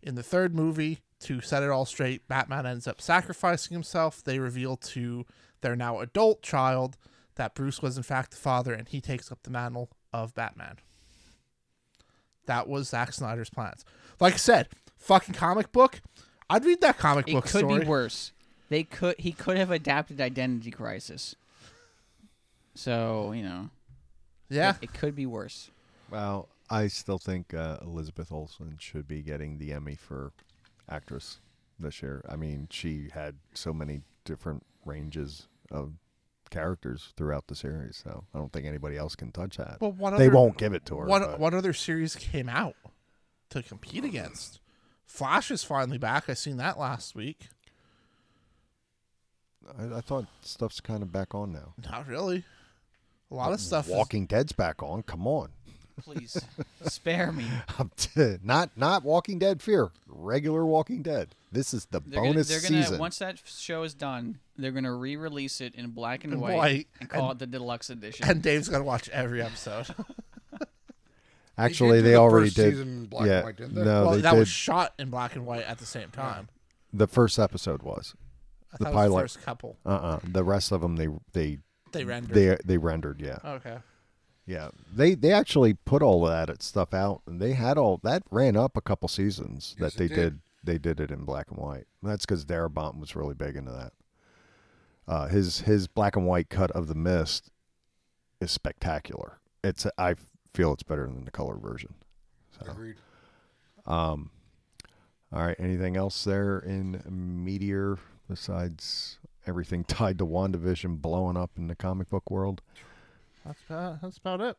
[SPEAKER 3] in the third movie to set it all straight. Batman ends up sacrificing himself. They reveal to their now adult child that Bruce was in fact the father, and he takes up the mantle of Batman. That was Zack Snyder's plans. Like I said, fucking comic book. I'd read that comic
[SPEAKER 2] It
[SPEAKER 3] book
[SPEAKER 2] could
[SPEAKER 3] story.
[SPEAKER 2] be worse. They could. He could have adapted Identity Crisis. So you know,
[SPEAKER 3] Yeah,
[SPEAKER 2] it, it could be worse.
[SPEAKER 6] Well, I still think uh, Elizabeth Olsen should be getting the Emmy for actress this year. I mean, she had so many different ranges of characters throughout the series, so I don't think anybody else can touch that.
[SPEAKER 3] Well, what
[SPEAKER 5] they
[SPEAKER 3] other-
[SPEAKER 5] won't give it to her.
[SPEAKER 3] What
[SPEAKER 5] but-
[SPEAKER 3] what other series came out to compete against? Flash is finally back. I seen that last week.
[SPEAKER 5] I, I thought stuff's kind of back on now.
[SPEAKER 3] Not really. A lot of stuff. is-
[SPEAKER 5] Walking Dead's back on. Come on,
[SPEAKER 2] Please spare me.
[SPEAKER 5] I'm t- not not Walking Dead fear. Regular Walking Dead. This is the
[SPEAKER 2] They're
[SPEAKER 5] bonus
[SPEAKER 2] gonna, they're
[SPEAKER 5] season.
[SPEAKER 2] Gonna, once that show is done, they're gonna re-release it in black and
[SPEAKER 3] In
[SPEAKER 2] white,
[SPEAKER 3] white,
[SPEAKER 2] and call it the deluxe edition.
[SPEAKER 3] and Dave's gonna watch every episode.
[SPEAKER 5] Actually,
[SPEAKER 1] did do
[SPEAKER 5] they
[SPEAKER 1] the
[SPEAKER 5] already
[SPEAKER 1] first
[SPEAKER 5] did.
[SPEAKER 1] season in black and
[SPEAKER 5] yeah,
[SPEAKER 1] white, didn't they?
[SPEAKER 5] no,
[SPEAKER 3] well,
[SPEAKER 5] they
[SPEAKER 3] that
[SPEAKER 5] did.
[SPEAKER 3] was shot in black and white at the same time.
[SPEAKER 5] the first episode was.
[SPEAKER 3] I
[SPEAKER 5] The
[SPEAKER 3] thought it was
[SPEAKER 5] pilot.
[SPEAKER 3] the first couple
[SPEAKER 5] Uh, uh The rest of them they they
[SPEAKER 3] they rendered.
[SPEAKER 5] they they rendered. Yeah,
[SPEAKER 3] okay.
[SPEAKER 5] yeah. They they actually put all that stuff out, and they had all that ran up a couple seasons
[SPEAKER 1] Yes,
[SPEAKER 5] that they
[SPEAKER 1] it did.
[SPEAKER 5] did. They did it in black and white. And that's because Darabont was really big into that. Uh, his his black and white cut of the mist is spectacular. It's I feel it's better than the color version.
[SPEAKER 1] Agreed.
[SPEAKER 6] Um, all right. Anything else there in Meteor besides everything tied to WandaVision blowing up in the comic book world?
[SPEAKER 3] That's about, that's about it.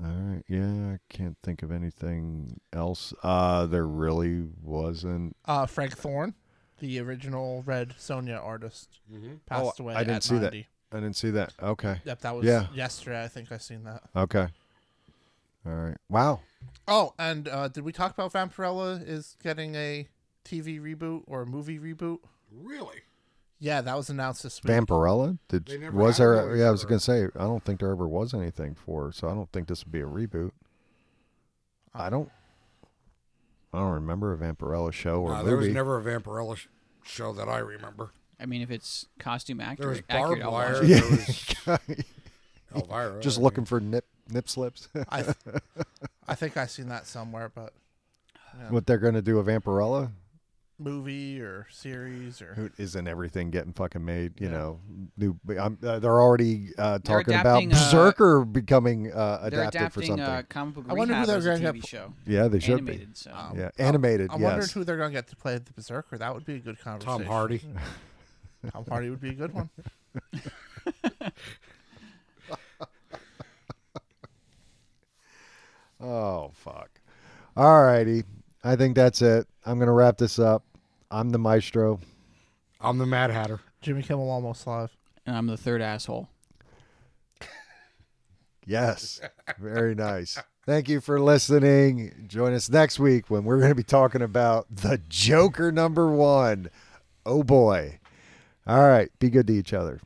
[SPEAKER 6] All right. Yeah, I can't think of anything else. Uh, there really wasn't.
[SPEAKER 3] Uh, Frank Thorne, the original Red Sonia artist, passed
[SPEAKER 5] Oh,
[SPEAKER 3] away.
[SPEAKER 6] I didn't
[SPEAKER 3] at
[SPEAKER 6] see that.
[SPEAKER 3] 90.
[SPEAKER 6] I didn't see that. Okay.
[SPEAKER 3] Yep, that was
[SPEAKER 6] Yeah.
[SPEAKER 3] yesterday. I think I seen that.
[SPEAKER 6] Okay. All right.
[SPEAKER 5] Wow.
[SPEAKER 3] Oh, and uh, did we talk about Vampirella is getting a TV reboot or a movie reboot?
[SPEAKER 1] Really?
[SPEAKER 3] Yeah, that was announced this week.
[SPEAKER 5] Vampirella?
[SPEAKER 1] They
[SPEAKER 5] Did
[SPEAKER 1] never
[SPEAKER 5] was
[SPEAKER 1] had
[SPEAKER 5] there?
[SPEAKER 1] one
[SPEAKER 5] Yeah, I was
[SPEAKER 1] for-
[SPEAKER 5] gonna say I don't think there ever was anything for, her, so I don't think this would be a reboot. I don't. I don't remember a Vampirella show or
[SPEAKER 1] Uh,
[SPEAKER 5] movie.
[SPEAKER 1] there was never a Vampirella sh- show that I remember.
[SPEAKER 2] I mean, if it's costume accurate,
[SPEAKER 1] There was
[SPEAKER 2] accurate,
[SPEAKER 1] barbed
[SPEAKER 2] I'll
[SPEAKER 1] wire.
[SPEAKER 2] watch it.
[SPEAKER 1] There was Elvira. uh,
[SPEAKER 5] Just
[SPEAKER 1] I
[SPEAKER 5] looking for nip nip slips.
[SPEAKER 3] I, th- I think I seen that somewhere, but
[SPEAKER 5] what they're going to do a Vampirella?
[SPEAKER 3] movie or series or
[SPEAKER 6] Who isn't everything getting fucking made? You know, new. I'm, uh, they're already uh,
[SPEAKER 2] They're
[SPEAKER 6] talking about
[SPEAKER 2] adapting, uh,
[SPEAKER 6] Berserker becoming uh,
[SPEAKER 2] They're
[SPEAKER 6] adapted for
[SPEAKER 2] adapting
[SPEAKER 6] something.
[SPEAKER 2] uh, comic book
[SPEAKER 3] I wonder who
[SPEAKER 2] Rehab
[SPEAKER 3] they're
[SPEAKER 2] as a
[SPEAKER 3] gonna
[SPEAKER 2] TV
[SPEAKER 3] have-
[SPEAKER 2] show,
[SPEAKER 6] yeah, they should
[SPEAKER 2] animated. So
[SPEAKER 3] Um,
[SPEAKER 6] be. Yeah, animated.
[SPEAKER 3] I wondered
[SPEAKER 6] yes.
[SPEAKER 3] who they're gonna get to play the Berserker. That would be a good conversation.
[SPEAKER 1] Tom Hardy.
[SPEAKER 3] Tom Hardy would be a good one.
[SPEAKER 5] Oh fuck! All righty, I think that's it. I'm going to wrap this up. I'm the maestro.
[SPEAKER 1] I'm the Mad Hatter.
[SPEAKER 3] Jimmy Kimmel almost live.
[SPEAKER 2] and I'm the third asshole.
[SPEAKER 5] Yes, very nice. Thank you for listening. Join us next week when we're going to be talking about the Joker number one. Oh boy! All right, be good to each other.